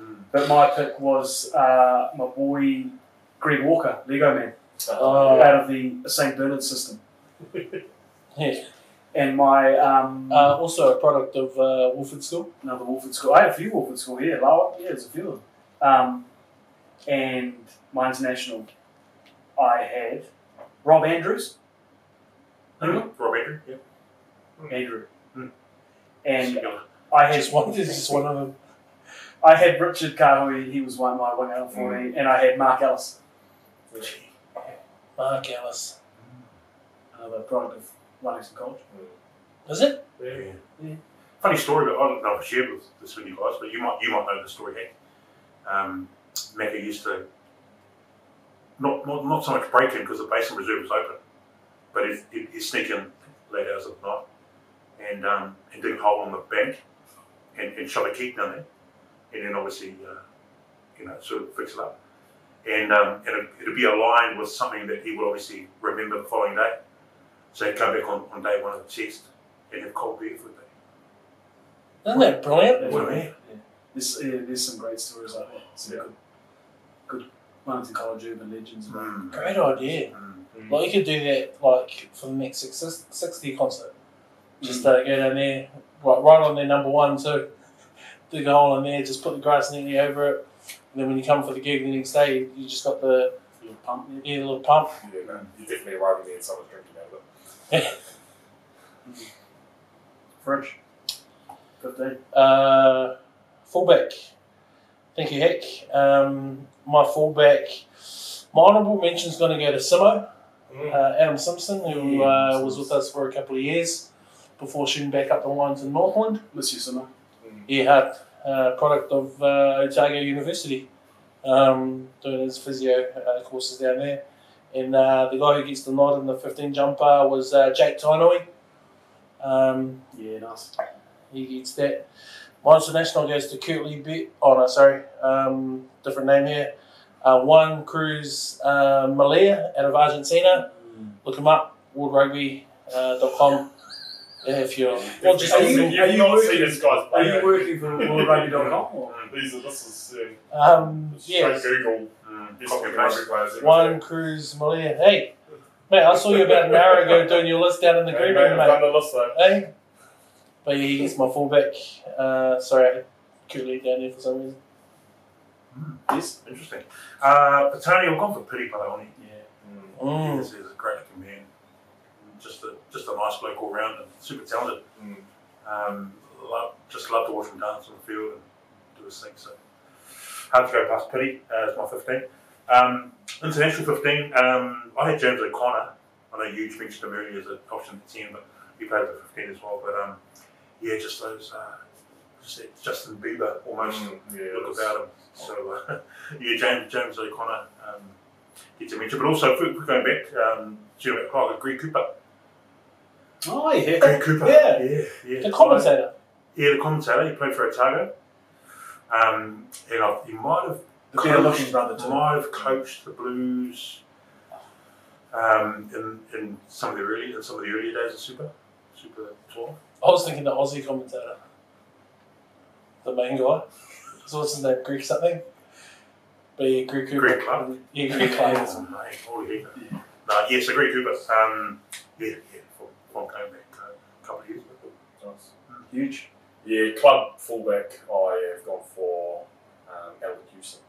Mm. But my pick was uh, my boy Greg Walker, Lego Man, Uh, out of the St. Bernard system. yeah. And my um, Uh, also a product of uh, Wolford School. another Wolford school. I had a few Wolford school here. Lower, yeah, there's a few of them. Um, and my international, I had Rob Andrews. Mm. Rob Andrew. Yeah. Andrew. Hmm. And Yeah. I had Just one, there's just one of them. I had Richard Kahui. He was one my winger for me, and I had Mark Ellis, Mark Ellis. another product of Wellington College. Is it? Yeah. Yeah. Funny story, but I don't know if I shared with this with you guys, but you might you might know the story. Hank. Um, Macca used to not not, not so much break in because the Basin Reserve was open, but he'd, he'd, he'd sneak in late hours of the night and um, and dig a hole in the bank and, and shove a keg down there, and then obviously, uh, you know, sort of fix it up. And, um, and it, it'll be aligned with something that he will obviously remember the following day. So he'd come back on, on day one of the test and have cold beer for the day. Isn't that brilliant? Wouldn't it? There's, yeah, there's some great stories like that. Some Yeah. good, good Wellington College urban legends. about Great idea. Mm. Like you could do that like for the next six, 60 concert. Just uh, go down there, right, right on their number one too. Dig a hole in there, just put the grass neatly over it. And then when you come for the gig the next day, you, you just got the the little pump there. yeah, little pump. Yeah, no, you're definitely arriving there and someone's drinking out of it. French. Good day. Uh, fullback. Thank you, Hick. Um, my fullback. My honourable mention's going to go to Simo. uh, Adam Simpson, who Yeah, uh, Simpson. was with us for a couple of years before shooting back up the lines in Northland. Miss you, Summer. Earhart, uh, product of uh, Otago University, um, doing his physio uh, courses down there. And uh, the guy who gets the nod in the 15 jumper was uh, Jake Tainui. Um, Yeah, nice. he gets that. Monster National goes to Kirtley Bit. Oh no, sorry, um, different name here. Uh, Juan Cruz uh, Malia out of Argentina. Look him up, worldrugby.com. Yeah, if you're well, just You've are you- seen- are you've you not working- seen this guy's Are play. you working for worldragby.com? or- These are, this is um, um, yeah, straight Google. Mm. Best Copy looking and rugby paste. players. Juan Cruz Malia. Hey, mate, I saw you about an hour ago doing your list down in the Hey, green mate, room, I've mate. done the list though. Hey, but yeah, he gets my fullback. Uh, sorry, Kirtley down there for some reason. Yes. Interesting. Uh, Patani, I've gone for Piri Paraoni. Yeah. Mm. He's, he's a great looking man. Just a, just a nice bloke all round and super talented. Mm. Um, love, just love to watch him dance on the field and do his thing. So hard to go past Pity uh, as my 15. Um, international 15, um, I had James O'Connor. I know you mentioned him earlier as an option for 10, but he played for 15 as well. But um, yeah, just those, uh, just that Justin Bieber almost Mm, yeah, look that's- about him. So uh, yeah, James James O'Connor um, gets a mention, but also if we're going back, um, do you know about Clark, Greg Cooper? Oh, yeah. Greg Cooper, Yeah. yeah, yeah. The commentator. Yeah, the commentator. He played for Otago. Um, and I, he might have The better looking brother, too. might have coached the Blues um, in, in some of the early in some of the early days of Super Super Tour. I was thinking the Aussie commentator. The main guy. So what's his name? Greek something? But yeah, Greek Cooper. Greg Clark. Yeah, Greek Clark. Oh, mate, holy heck. No, Uh, yes, agree, Cooper. Um, yeah, yeah, for, for going back uh, a couple of years. ago. Nice. Huge. Yeah, club fullback. I have gone for um, Alan Houston.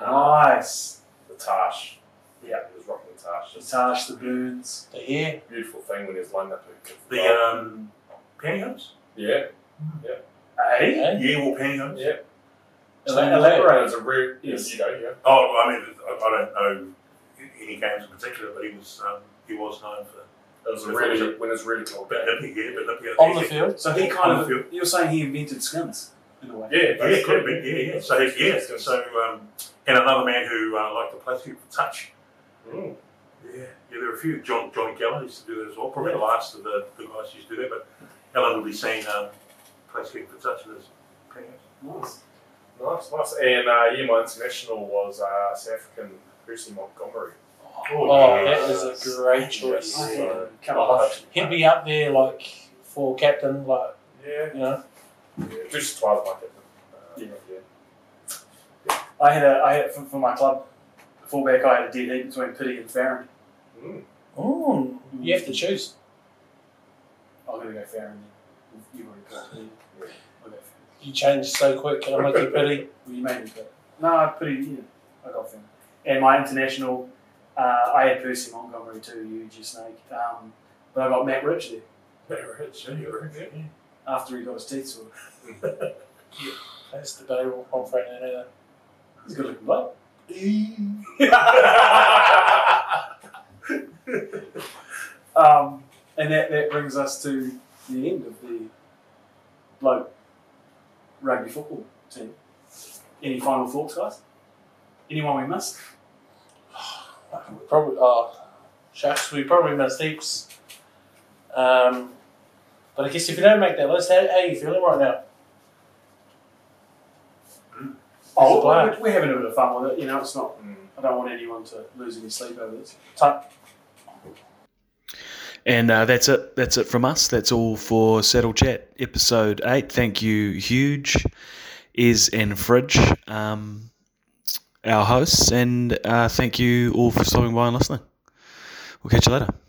Uh, Nice. the Tash. Yeah, he was rocking the Tash. The It's Tash, the Boons. The hair. a beautiful thing when he's lined up. and kicked the The ball. um, pantyhose. yeah, Hey? eh? Yeah, wore pantyhose. yeah. Ela- It Elaborate. was a real, Yes. you know, yeah. Oh, I mean, I, I don't know any games in particular, but he was um, he was known for It was a Yeah. really, when it's really cool. a bit nippy, yeah, a bit nippy. On the field. So he kind On the of, you're saying he invented skins, in a way. Yeah, Yeah, yeah, could have been, yeah, yeah. So he's, yeah, That's good. so um, and another man who uh, liked to play through for touch. Mm. Yeah, yeah. There were a few. John Johnny Gallen used to do that as well. Probably the last of the, the guys who used to do that, but Ellen would be seen um, play through for touch in his pants. Nice. Nice, nice. And uh, yeah, my international was uh, South African Percy Montgomery. Oh, yeah. that is a great Yes. choice. Yeah. Come on. He'd be up there like for captain, like Yeah, you know. yeah. Just twice like it. Uh, Yeah. yeah. I had a, I had, for, for my club, fullback, I had a dead heat between Pity and Farron. Mm. Ooh, you have to choose. I'm going to go Farron then. You've already picked Pity. Yeah. I'll go Farron. You change so quick, I'm with you, Pity. Well, you made me pick. No, Pity, yeah. I got Farron. And my international, uh, I had Percy Montgomery too, huge you snake. Um, but I got Matt Rich there after he got his teeth sorted. That's debatable. I'm afraid I know He's a good looking bloke. Um, and that, that brings us to the end of the bloke rugby football team. Any final thoughts, guys? Anyone we missed? that. Probably, oh, shucks, we probably missed heaps. Um, but I guess if you don't make that list, how, how are you feeling right now? Oh, It's a blast. we're, we're having a bit of fun with it. You know, it's not. Mm. I don't want anyone to lose any sleep over this. Type. And uh, that's it. That's it from us. That's all for Saddle Chat episode eight. Thank you, Huge, Is and Fridge, um, our hosts, and uh, thank you all for stopping by and listening. We'll catch you later.